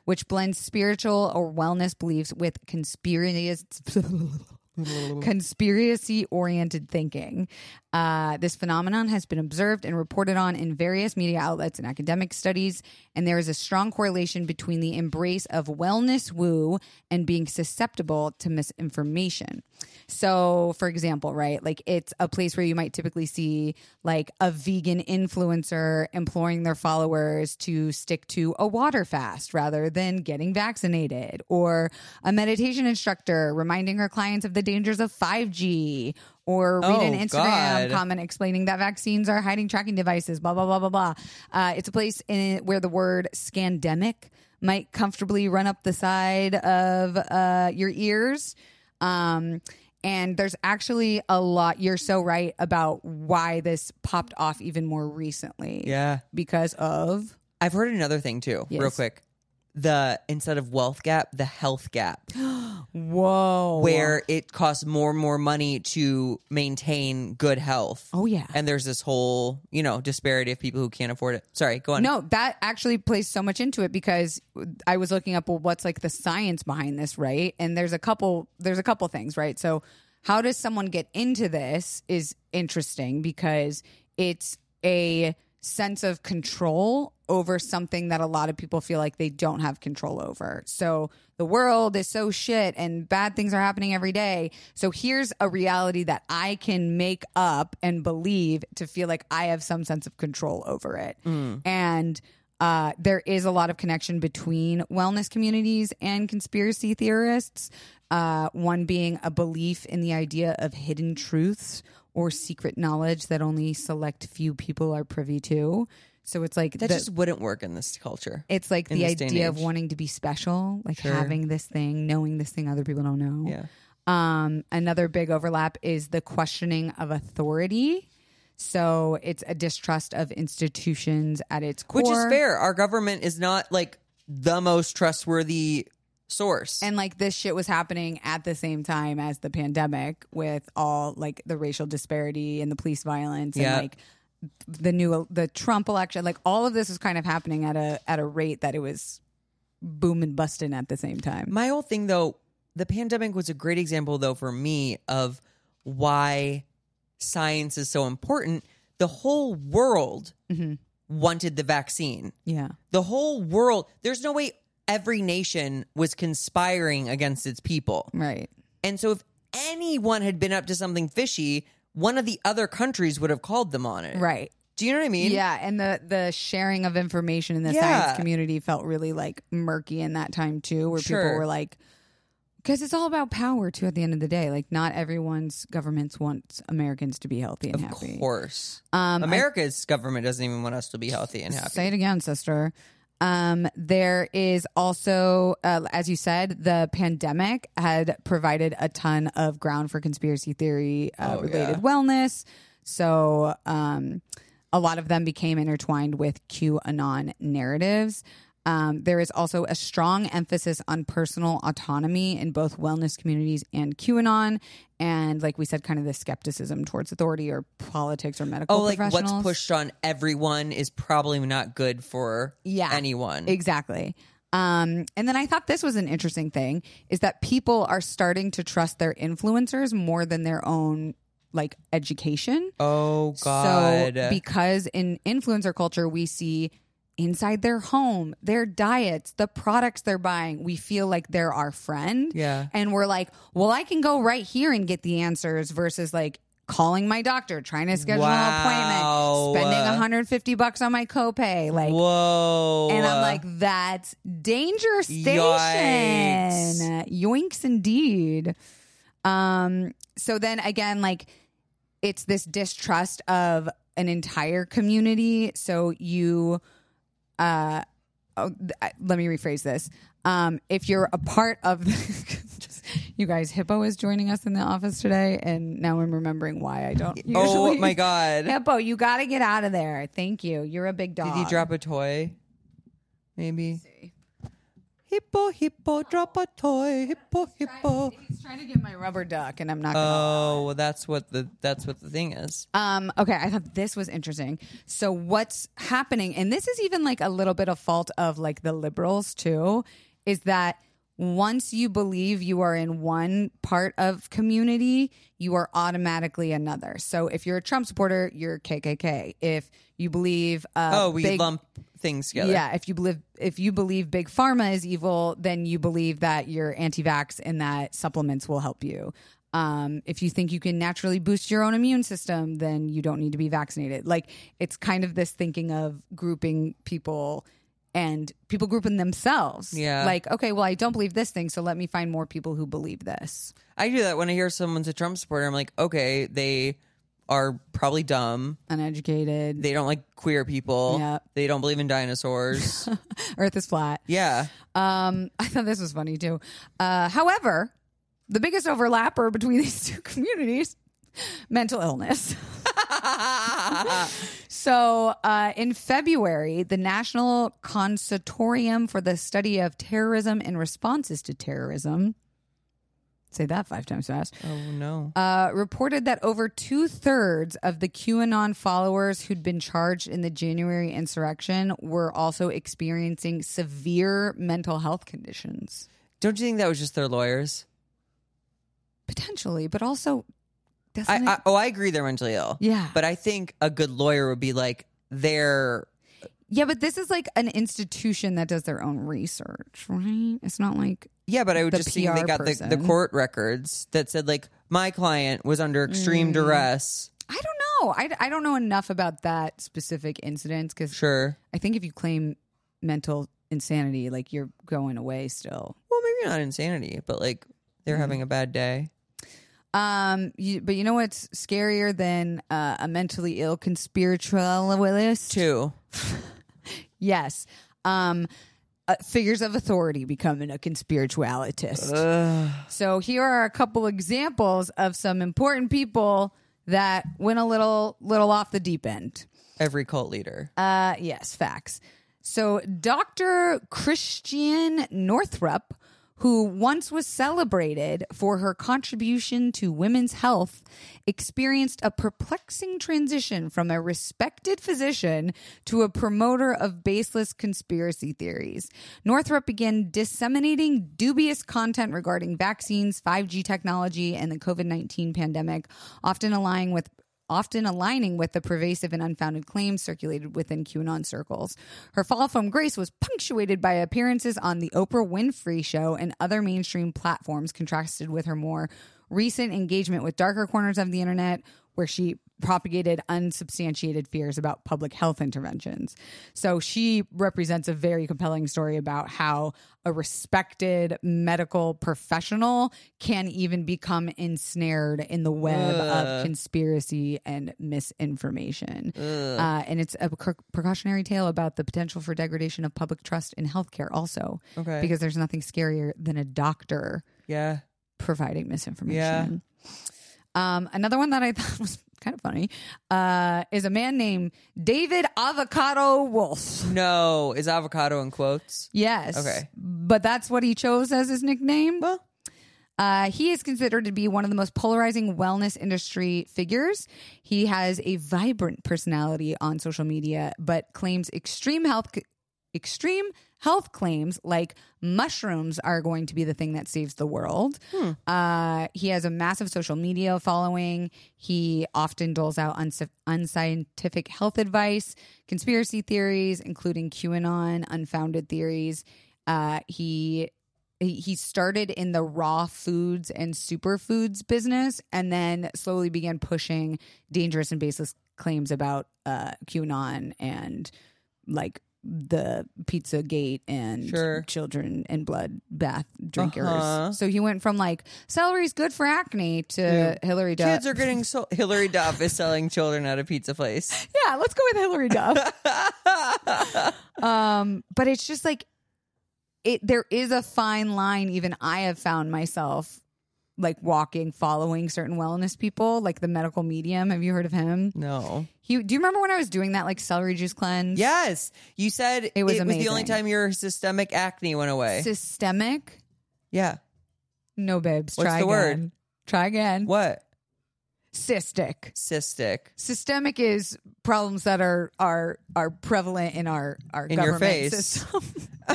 Speaker 2: Which blends spiritual or wellness beliefs with conspiracy conspiracy oriented thinking. Uh, this phenomenon has been observed and reported on in various media outlets and academic studies, and there is a strong correlation between the embrace of wellness woo and being susceptible to misinformation. So, for example, right, like it's a place where you might typically see like a vegan influencer imploring their followers to stick to a water fast rather than getting vaccinated, or a meditation instructor reminding her clients of the dangers of 5G, or read an
Speaker 1: Oh,
Speaker 2: Instagram
Speaker 1: God.
Speaker 2: comment explaining that vaccines are hiding tracking devices, blah, blah, blah, blah, blah. Uh, it's a place in where the word scandemic might comfortably run up the side of uh, your ears. Um, and there's actually a lot, you're so right about why this popped off even more recently.
Speaker 1: Yeah.
Speaker 2: Because of.
Speaker 1: I've heard another thing too. Real
Speaker 2: Yes.
Speaker 1: [gasps] quick, the instead of wealth gap, the health gap.
Speaker 2: Whoa.
Speaker 1: where it costs more and more money to maintain good health.
Speaker 2: Oh, yeah.
Speaker 1: And there's this whole, you know, disparity of people who can't afford it. Sorry, go on.
Speaker 2: No, that actually plays so much into it because I was looking up well, what's like the science behind this, right? And there's a couple there's a couple things, right? So how does someone get into this is interesting because it's a sense of control over something that a lot of people feel like they don't have control over. So the world is so shit and bad things are happening every day. So here's a reality that I can make up and believe to feel like I have some sense of control over it.
Speaker 1: Mm.
Speaker 2: And uh, there is a lot of connection between wellness communities and conspiracy theorists. Uh, one being a belief in the idea of hidden truths or secret knowledge that only select few people are privy to. So it's like
Speaker 1: That
Speaker 2: the-
Speaker 1: just wouldn't work in this culture.
Speaker 2: it's like
Speaker 1: in
Speaker 2: the
Speaker 1: this day and
Speaker 2: idea of
Speaker 1: age.
Speaker 2: wanting to be special, like having this thing, knowing this thing other people don't know.
Speaker 1: yeah.
Speaker 2: Um, another big overlap is the questioning of authority. So it's a distrust of institutions at its core,
Speaker 1: Which is fair. Our government is not like the most trustworthy source.
Speaker 2: And like this shit was happening at the same time as the pandemic, with all like the racial disparity and the police violence,
Speaker 1: Yeah.
Speaker 2: and like the new the Trump election, like all of this was kind of happening at a at a rate that it was boom and busting at the same time.
Speaker 1: My whole thing, though, the pandemic was a great example, though, for me of why science is so important. The whole world
Speaker 2: Mm-hmm.
Speaker 1: wanted the vaccine.
Speaker 2: Yeah.
Speaker 1: The whole world, there's no way every nation was conspiring against its people.
Speaker 2: Right.
Speaker 1: And so, if anyone had been up to something fishy, one of the other countries would have called them on it.
Speaker 2: Right.
Speaker 1: Do you know what I mean?
Speaker 2: Yeah, and the the sharing of information in the
Speaker 1: Yeah.
Speaker 2: science community felt really like murky in that time too, where
Speaker 1: Sure.
Speaker 2: people were like, because it's all about power too. At the end of the day, like not everyone's governments wants Americans to be healthy and
Speaker 1: Of
Speaker 2: happy.
Speaker 1: course.
Speaker 2: Um, I-
Speaker 1: America's government doesn't even want us to be healthy and happy.
Speaker 2: Say it again, sister. Um, there is also, uh, as you said, the pandemic had provided a ton of ground for conspiracy theory uh,
Speaker 1: Oh,
Speaker 2: related wellness. So um, a lot of them became intertwined with QAnon narratives. Um, there is also a strong emphasis on personal autonomy in both wellness communities and QAnon, and like we said, kind of the skepticism towards authority or politics or medical.
Speaker 1: oh, like what's
Speaker 2: professionals.
Speaker 1: pushed on everyone is probably not good for
Speaker 2: Yeah.
Speaker 1: anyone.
Speaker 2: Exactly. Um, and then I thought this was an interesting thing is that people are starting to trust their influencers more than their own like education.
Speaker 1: oh God.
Speaker 2: So because in influencer culture we see inside their home, their diets, the products they're buying, we feel like they're our friend.
Speaker 1: Yeah.
Speaker 2: And we're like, well, I can go right here and get the answers versus like calling my doctor, trying to schedule
Speaker 1: Wow.
Speaker 2: an appointment, spending 150 bucks on my copay. Like
Speaker 1: Whoa.
Speaker 2: and I'm like, that's Danger Station.
Speaker 1: Yikes.
Speaker 2: Yoinks indeed. Um, so then again, like it's this distrust of an entire community. So you uh oh, th- I- let me rephrase this. Um, if you're a part of [laughs] just, you guys, Hippo is joining us in the office today, and now I'm remembering why I don't. Usually.
Speaker 1: oh my God.
Speaker 2: [laughs] Hippo, you got to get out of there. Thank you. You're a big dog.
Speaker 1: Did he drop a toy? Maybe. Hippo, hippo, drop a toy. Hippo, hippo.
Speaker 2: He's trying to get my rubber duck, and I'm not. gonna
Speaker 1: Oh, well, that's what the that's what the thing is.
Speaker 2: um. Okay, I thought this was interesting. So what's happening, and this is even like a little bit of fault of like the liberals too, is that once you believe you are in one part of community, you are automatically another. So if you're a Trump supporter, you're KKK. If you believe, uh,
Speaker 1: Oh, we
Speaker 2: big,
Speaker 1: lump things together.
Speaker 2: Yeah, if you believe if you believe big pharma is evil, then you believe that you're anti-vax and that supplements will help you. Um, if you think you can naturally boost your own immune system, then you don't need to be vaccinated. Like it's kind of this thinking of grouping people and people grouping themselves.
Speaker 1: Yeah.
Speaker 2: Like, okay, well, I don't believe this thing, so let me find more people who believe this.
Speaker 1: I do that when I hear someone's a Trump supporter. I'm like, okay, they are probably dumb.
Speaker 2: Uneducated. [laughs]
Speaker 1: They don't like queer people.
Speaker 2: Yep.
Speaker 1: They don't believe
Speaker 2: [laughs]
Speaker 1: in dinosaurs.
Speaker 2: Earth is flat.
Speaker 1: yeah.
Speaker 2: Um, [laughs] I thought this was funny too. Uh, however, the biggest overlapper between these [laughs] two communities, mental illness. so uh, in February, the National Consortium for the Study of Terrorism and Responses to Terrorism Say that five times fast.
Speaker 1: Oh no.
Speaker 2: Uh, reported that over two thirds of the QAnon followers who'd been charged in the January insurrection were also experiencing severe mental health conditions,
Speaker 1: Don't you think that was just their lawyers?
Speaker 2: potentially, but also, doesn't
Speaker 1: I,
Speaker 2: it-
Speaker 1: I oh, I agree they're mentally ill.
Speaker 2: Yeah.
Speaker 1: But I think a good lawyer would be like they're
Speaker 2: yeah, but this is like an institution that does their own research, right? It's not like
Speaker 1: yeah, but I would
Speaker 2: The
Speaker 1: just think they
Speaker 2: PR
Speaker 1: got the, the
Speaker 2: person.
Speaker 1: court records that said like my client was under
Speaker 2: Mm.
Speaker 1: extreme duress.
Speaker 2: I don't know. I, I don't know enough about that specific incident because
Speaker 1: Sure.
Speaker 2: I think if you claim mental insanity, like you're going away still.
Speaker 1: Well, maybe not insanity, but like they're
Speaker 2: Mm.
Speaker 1: having a bad day.
Speaker 2: Um, you, but you know what's scarier than uh, a mentally ill conspiritualist?
Speaker 1: Two.
Speaker 2: Yes. Um, uh, figures of authority becoming a conspiritualitist. So here are a couple examples of some important people that went a little little off the deep end.
Speaker 1: Every cult leader.
Speaker 2: Uh, yes, facts. So, Dr. Christian Northrup, who once was celebrated for her contribution to women's health, experienced a perplexing transition from a respected physician to a promoter of baseless conspiracy theories. Northrup began disseminating dubious content regarding vaccines, 5G technology, and the COVID 19 pandemic, often aligning with often aligning with the pervasive and unfounded claims circulated within QAnon circles. Her fall from grace was punctuated by appearances on The Oprah Winfrey Show and other mainstream platforms, contrasted with her more recent engagement with darker corners of the internet, where she propagated unsubstantiated fears about public health interventions. So she represents a very compelling story about how a respected medical professional can even become ensnared in the web of conspiracy and misinformation. Uh, and it's a per- precautionary tale about the potential for degradation of public trust in healthcare also.
Speaker 1: Okay.
Speaker 2: Because there's nothing scarier than a doctor
Speaker 1: yeah.
Speaker 2: providing misinformation. Um, another one that I [laughs] thought was kind of funny uh, is a man named David Avocado Wolf.
Speaker 1: No. Is avocado in quotes?
Speaker 2: Yes.
Speaker 1: Okay.
Speaker 2: But that's what he chose as his nickname.
Speaker 1: Well,
Speaker 2: Uh, he is considered to be one of the most polarizing wellness industry figures. He has a vibrant personality on social media, but claims extreme health extreme health claims like mushrooms are going to be the thing that saves the world. Uh, he has a massive social media following. He often doles out uns- unscientific health advice, conspiracy theories, including QAnon, unfounded theories. Uh, he he he started in the raw foods and superfoods business and then slowly began pushing dangerous and baseless claims about uh, QAnon and like the pizza gate and
Speaker 1: Sure.
Speaker 2: children and blood bath drinkers.
Speaker 1: Uh-huh.
Speaker 2: So he went from like celery's good for acne to Hillary Duff.
Speaker 1: kids are getting so Hillary Duff is selling children at a pizza place.
Speaker 2: yeah, let's go with Hillary Duff.
Speaker 1: [laughs]
Speaker 2: um, but it's just like it. There is a fine line. Even I have found myself like walking, following certain wellness people, like the medical medium. Have you heard of him?
Speaker 1: No.
Speaker 2: He. Do you remember when I was doing that like celery juice cleanse?
Speaker 1: Yes. You said
Speaker 2: It was
Speaker 1: the only
Speaker 2: amazing.
Speaker 1: time your systemic acne went away.
Speaker 2: Systemic.
Speaker 1: yeah.
Speaker 2: No, babes.
Speaker 1: What's
Speaker 2: try
Speaker 1: the word?
Speaker 2: again. Try again.
Speaker 1: What?
Speaker 2: Cystic.
Speaker 1: Cystic.
Speaker 2: Systemic is problems that are are are prevalent in our our
Speaker 1: In your
Speaker 2: government
Speaker 1: face.
Speaker 2: system. [laughs]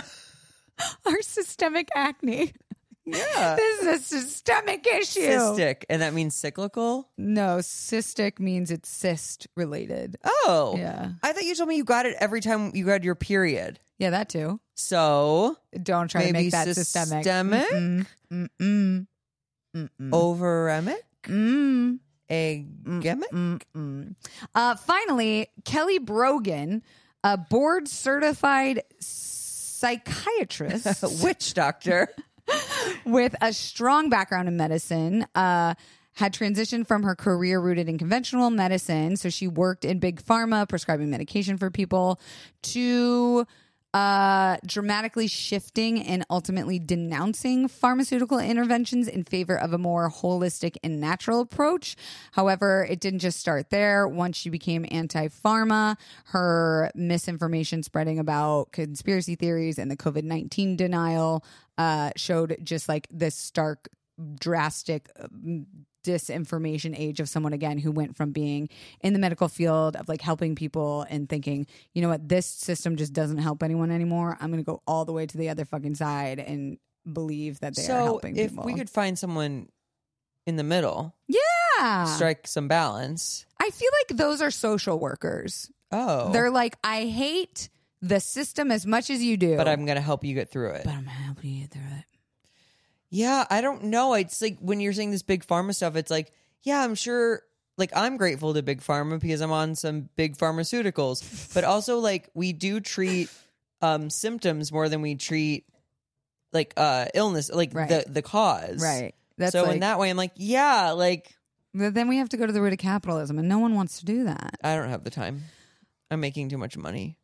Speaker 2: our systemic acne.
Speaker 1: Yeah.
Speaker 2: This is a systemic issue.
Speaker 1: Uh, Cystic. And that means cyclical?
Speaker 2: No, cystic means it's cyst related.
Speaker 1: Oh.
Speaker 2: Yeah.
Speaker 1: I thought you told me you got it every time you had your period.
Speaker 2: Yeah, that too.
Speaker 1: So
Speaker 2: Don't try to
Speaker 1: maybe
Speaker 2: make that
Speaker 1: systemic,
Speaker 2: systemic. Mm mm
Speaker 1: overemic,
Speaker 2: mm.
Speaker 1: agemic.
Speaker 2: Mm-mm. Uh, finally, Kelly Brogan, a board certified psychiatrist
Speaker 1: [laughs] Witch doctor.
Speaker 2: with a strong background in medicine, uh, had transitioned from her career rooted in conventional medicine. So she worked in big pharma, prescribing medication for people, to uh, dramatically shifting and ultimately denouncing pharmaceutical interventions in favor of a more holistic and natural approach. However, it didn't just start there. Once she became anti pharma, her misinformation spreading about conspiracy theories and the COVID 19 denial uh, showed just like this stark drastic um, disinformation age of someone again who went from being in the medical field of like helping people and thinking, you know what, this system just doesn't help anyone anymore. I'm going to go all the way to the other fucking side and believe that they are
Speaker 1: so
Speaker 2: helping
Speaker 1: if
Speaker 2: people.
Speaker 1: we could find someone in the middle,
Speaker 2: yeah.
Speaker 1: strike some balance.
Speaker 2: I feel like those are social workers.
Speaker 1: Oh,
Speaker 2: They're like, I hate the system as much as you do,
Speaker 1: but I'm gonna help you get through it.
Speaker 2: but I'm helping you through it.
Speaker 1: Yeah, I don't know. It's like when you're saying this big pharma stuff, it's like, yeah, I'm sure like I'm grateful to big pharma because I'm on some big pharmaceuticals, but also like we do treat um symptoms more than we treat like uh illness, like the
Speaker 2: Right.
Speaker 1: the cause.
Speaker 2: Right. That's
Speaker 1: so
Speaker 2: like,
Speaker 1: in that way I'm like, yeah, like
Speaker 2: but then we have to go to the root of capitalism, and no one wants to do
Speaker 1: [laughs]
Speaker 2: that.
Speaker 1: I don't have the time. I'm making too much money.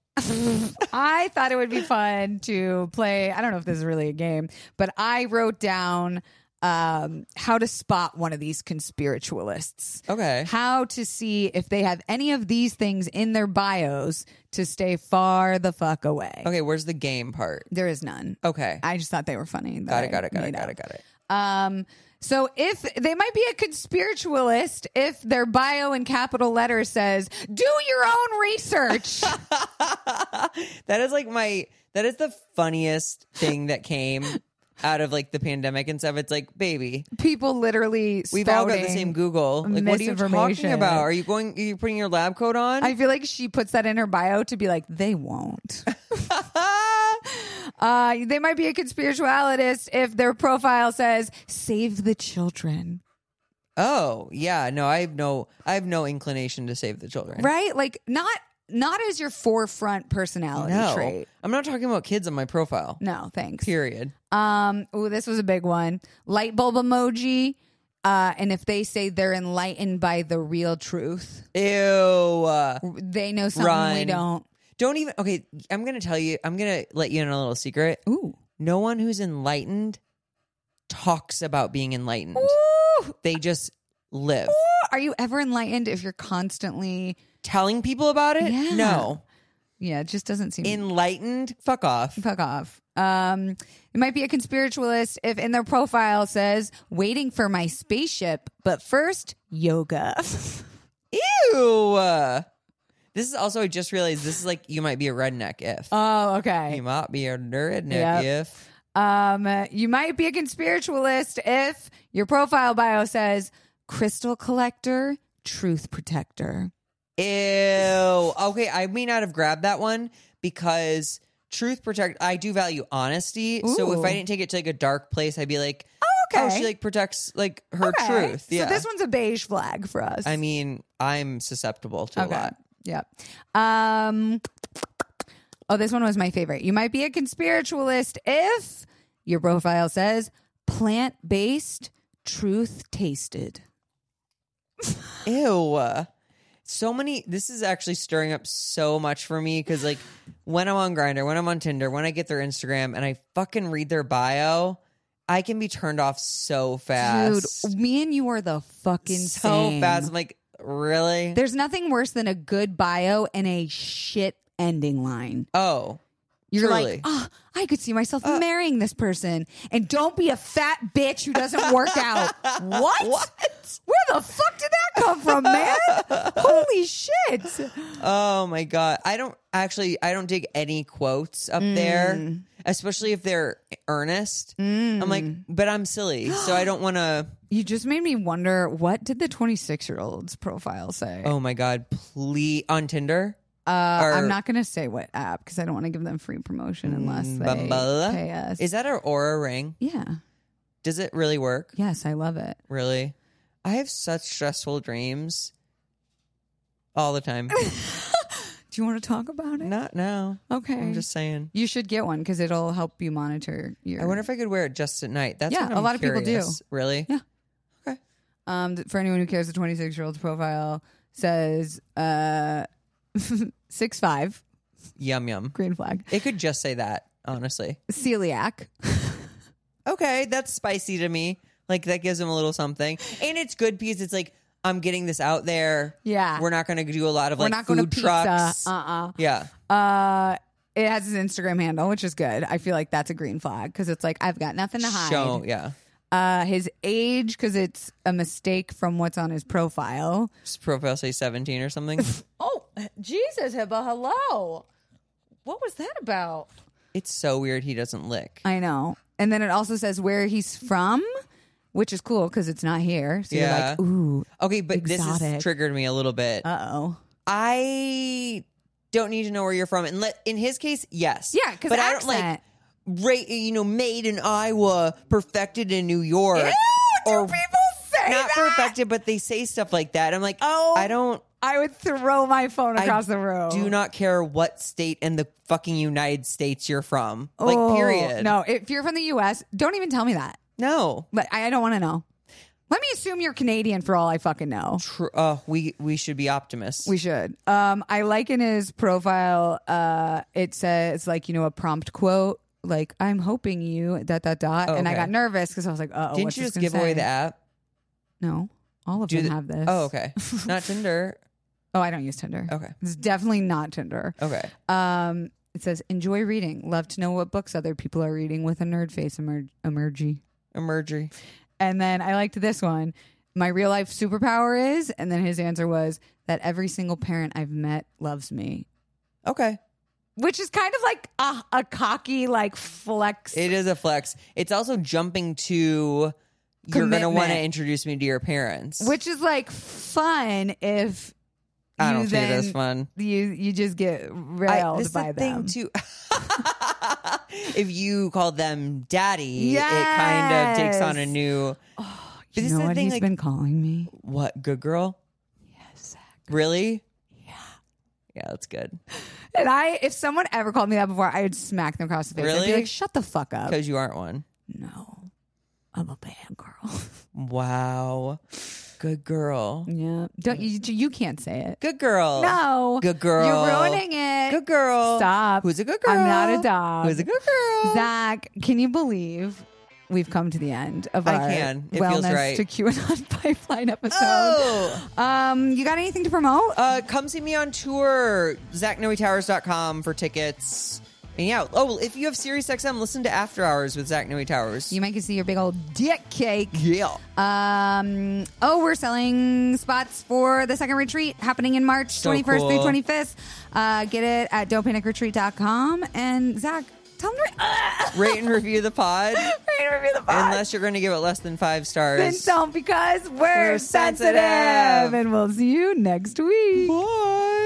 Speaker 2: I thought it would be fun to play. I don't know if this is really a game, but I wrote down um, how to spot one of these conspiritualists.
Speaker 1: Okay.
Speaker 2: How to see if they have any of these things in their bios to stay far the fuck away.
Speaker 1: Okay, where's the game part?
Speaker 2: There is none.
Speaker 1: Okay.
Speaker 2: I just thought they were funny. that
Speaker 1: got it,
Speaker 2: I
Speaker 1: got it, got it,
Speaker 2: made
Speaker 1: got
Speaker 2: up.
Speaker 1: it, got it.
Speaker 2: Um, so if they might be a conspiritualist if their bio in capital letters says, do your own
Speaker 1: [laughs]
Speaker 2: research.
Speaker 1: that is like my that is the funniest thing that came out of like the pandemic and stuff. It's like, baby,
Speaker 2: People literally
Speaker 1: we've all got the
Speaker 2: spouting-
Speaker 1: same Google. Like, what are you talking
Speaker 2: misinformation.
Speaker 1: about? Are you going? Are you putting your lab coat on?
Speaker 2: I feel like she puts that in her bio to be like, they
Speaker 1: [laughs]
Speaker 2: won't. uh, they might be a conspiritualist if their profile says, save the children.
Speaker 1: oh yeah, no, I have no, I have no inclination to save the children.
Speaker 2: Right? Like, not not as your forefront personality
Speaker 1: No,
Speaker 2: trait.
Speaker 1: I'm not talking about kids on my profile.
Speaker 2: No, thanks.
Speaker 1: Period.
Speaker 2: Um, ooh, this was a big one. Light bulb emoji. Uh, and if they say they're enlightened by the real truth,
Speaker 1: Ew. Uh,
Speaker 2: they know something we
Speaker 1: Run.
Speaker 2: don't.
Speaker 1: don't even. Okay, I'm gonna tell you. I'm gonna let you in on a little secret.
Speaker 2: Ooh.
Speaker 1: No one who's enlightened talks about being enlightened.
Speaker 2: Ooh.
Speaker 1: They just live.
Speaker 2: Are you ever enlightened if you're constantly
Speaker 1: telling people about it?
Speaker 2: Yeah.
Speaker 1: No.
Speaker 2: Yeah, it just doesn't seem
Speaker 1: Enlightened? Fuck off.
Speaker 2: fuck off. Um, it might be a conspiritualist if in their profile says waiting for my spaceship, but first yoga. [laughs]
Speaker 1: Ew. Uh, This is also, I just realized this is like you might be a redneck if.
Speaker 2: oh,
Speaker 1: you
Speaker 2: okay.
Speaker 1: might be a redneck
Speaker 2: Yep.
Speaker 1: if.
Speaker 2: Um, you might be a conspiritualist if your profile bio says crystal collector, truth protector.
Speaker 1: Ew. Okay, I may not have grabbed that one because truth protect. I do value honesty. So if
Speaker 2: Ooh.
Speaker 1: I didn't take it to like a dark place, I'd be like,
Speaker 2: okay.
Speaker 1: oh, she like protects like her
Speaker 2: Okay.
Speaker 1: truth. Yeah.
Speaker 2: So this one's a beige flag for us.
Speaker 1: I mean, I'm susceptible to a lot.
Speaker 2: Yep. Um, oh, this one was my favorite. You might be a conspiritualist if your profile says plant based, truth tasted.
Speaker 1: Ew. So many. This is actually stirring up so much for me because, like, when I'm on Grinder, when I'm on Tinder, when I get their Instagram and I fucking read their bio, I can be turned off so
Speaker 2: Dude,
Speaker 1: fast.
Speaker 2: me and you are the fucking
Speaker 1: so
Speaker 2: same.
Speaker 1: fast. I'm like, really?
Speaker 2: There's nothing worse than a good bio and a shit ending line.
Speaker 1: oh,
Speaker 2: You're
Speaker 1: truly. Uh,
Speaker 2: like, oh, I could see myself marrying this person. And don't be a fat bitch who doesn't work
Speaker 1: [laughs]
Speaker 2: out. what?
Speaker 1: What?
Speaker 2: Where the fuck did that come from, man? Holy shit.
Speaker 1: Oh my god. I don't actually I don't dig any quotes up
Speaker 2: Mm.
Speaker 1: there, especially if they're earnest.
Speaker 2: Mm.
Speaker 1: I'm like, but I'm silly, so I don't want to
Speaker 2: You just made me wonder what did the 26 year old's profile say?
Speaker 1: Oh my god, please on Tinder?
Speaker 2: uh,
Speaker 1: or- Mm,
Speaker 2: I'm not going to say what app because I don't want to give them free promotion unless they
Speaker 1: Bumble?
Speaker 2: pay us.
Speaker 1: Is that an aura ring?
Speaker 2: yeah.
Speaker 1: Does it really work?
Speaker 2: Yes, I love it.
Speaker 1: Really? I have such stressful dreams all
Speaker 2: [laughs]
Speaker 1: the time.
Speaker 2: Do you want to talk about it?
Speaker 1: Not now.
Speaker 2: Okay.
Speaker 1: I'm just saying.
Speaker 2: you should get one because it'll help you monitor your.
Speaker 1: I wonder if I could wear it just at night. That's
Speaker 2: Yeah,
Speaker 1: what
Speaker 2: a
Speaker 1: I'm
Speaker 2: lot of people do.
Speaker 1: curious. Really?
Speaker 2: Yeah. Um, th- for anyone who cares, the 26 year old's profile says uh, [laughs] six five,
Speaker 1: Yum yum.
Speaker 2: green flag,
Speaker 1: It could just say that, honestly.
Speaker 2: celiac.
Speaker 1: okay, that's spicy to me. Like that gives them a little something, and it's good because it's like I'm getting this out there.
Speaker 2: Yeah.
Speaker 1: we're not going to do a lot of
Speaker 2: We're
Speaker 1: like
Speaker 2: not
Speaker 1: food
Speaker 2: going to pizza.
Speaker 1: trucks.
Speaker 2: Uh
Speaker 1: yeah,
Speaker 2: uh Uh, it has his Instagram handle, which is good. I feel like that's a green flag because it's like I've got nothing to hide.
Speaker 1: show. Yeah,
Speaker 2: uh, his age because it's a mistake from what's on his profile.
Speaker 1: Does profile say 17
Speaker 2: [laughs]
Speaker 1: or something?
Speaker 4: Oh, Jesus, Hibba, hello. What was that about?
Speaker 1: it's so weird he doesn't lick.
Speaker 2: I know. And then it also says where he's from, which is cool because it's not here. So
Speaker 1: Yeah.
Speaker 2: you're like, ooh,
Speaker 1: Okay, but this
Speaker 2: Exotic.
Speaker 1: has triggered me a little bit.
Speaker 2: uh oh.
Speaker 1: I don't need to know where you're from. And let, in his case, yes.
Speaker 2: Yeah, because
Speaker 1: But I don't like
Speaker 2: accent.
Speaker 1: ra- you know, made in Iowa, perfected in New York. or
Speaker 2: say
Speaker 1: not perfected, but they say stuff like that. I'm like, oh, I don't
Speaker 2: I would throw my phone
Speaker 1: I
Speaker 2: across the room.
Speaker 1: Do not care what state in the fucking United States you're from.
Speaker 2: Oh,
Speaker 1: like, period.
Speaker 2: No, if you're from the U.S., don't even tell me that.
Speaker 1: no.
Speaker 2: But I, I don't want to know. Let me assume you're Canadian for all I fucking know.
Speaker 1: Tr- uh, we we should be optimists.
Speaker 2: We should. Um, I like in his profile, uh, it says like you know a prompt quote like "I'm hoping you dot dot dot,"
Speaker 1: Oh,
Speaker 2: and I
Speaker 1: okay.
Speaker 2: got nervous because I was like, "Uh oh."
Speaker 1: Didn't you just give away the app?
Speaker 2: No, all of
Speaker 1: Do
Speaker 2: them
Speaker 1: the-
Speaker 2: have this. [laughs]
Speaker 1: Oh, okay. Not Tinder.
Speaker 2: Oh, I don't use Tinder.
Speaker 1: Okay.
Speaker 2: It's definitely not Tinder.
Speaker 1: Okay.
Speaker 2: Um, it says enjoy reading. Love to know what books other people are reading with a nerd face emer- emergy.
Speaker 1: Emergery.
Speaker 2: And then I liked this one. My real life superpower is, and then his answer was that every single parent I've met loves me,
Speaker 1: Okay.
Speaker 2: which is kind of like a, a cocky like flex.
Speaker 1: It is a flex. It's also jumping to you're going to
Speaker 2: Commitment.
Speaker 1: want to introduce me to your parents.
Speaker 2: which is like fun if
Speaker 1: I don't
Speaker 2: you
Speaker 1: think that's
Speaker 2: then-
Speaker 1: fun.
Speaker 2: you you just get
Speaker 1: I,
Speaker 2: railed
Speaker 1: this is
Speaker 2: by
Speaker 1: the thing
Speaker 2: them.
Speaker 1: too. [laughs] if you call them daddy, it kind of takes on a
Speaker 2: Yes.
Speaker 1: new.
Speaker 2: you
Speaker 1: this is
Speaker 2: know
Speaker 1: the
Speaker 2: what
Speaker 1: thing,
Speaker 2: he's
Speaker 1: like-
Speaker 2: been calling me?
Speaker 1: What good girl? Yes. Really? Yeah. Yeah, that's good.
Speaker 2: And I, if someone ever called me that before, I would smack them across the face. I'd be
Speaker 1: Really?
Speaker 2: like, "Shut the fuck up!"
Speaker 1: Because you aren't one.
Speaker 2: No, I'm a bad girl. [laughs]
Speaker 1: Wow. Good girl.
Speaker 2: yeah, don't you? You can't say it.
Speaker 1: Good girl.
Speaker 2: No.
Speaker 1: Oh. Good girl.
Speaker 2: You're ruining it.
Speaker 1: Good girl.
Speaker 2: Stop.
Speaker 1: Who's a good girl?
Speaker 2: I'm not a dog.
Speaker 1: Who's a good girl?
Speaker 2: Zach, can you believe we've come to the end of
Speaker 1: I
Speaker 2: our
Speaker 1: can. It feels
Speaker 2: wellness
Speaker 1: right.
Speaker 2: to QAnon [laughs] pipeline episode?
Speaker 1: Oh.
Speaker 2: Um, you got anything to promote?
Speaker 1: Uh, come see me on tour, ZachNoeTowers.com for tickets. And yeah, oh, if you have SiriusXM, listen to After Hours with Zach Noe Towers.
Speaker 2: you might can see your big old dick cake.
Speaker 1: yeah.
Speaker 2: Um, oh, we're selling spots for the second retreat happening in March
Speaker 1: So
Speaker 2: 21st
Speaker 1: cool.
Speaker 2: through 25th. Uh, get it at dopenicretreat.com. And Zach, tell them to [laughs]
Speaker 1: Rate and review the pod,
Speaker 2: rate and review the pod.
Speaker 1: unless you're going to give it less than five stars.
Speaker 2: Then don't because we're,
Speaker 1: We're
Speaker 2: sensitive.
Speaker 1: sensitive.
Speaker 2: And we'll see you next week.
Speaker 1: Bye.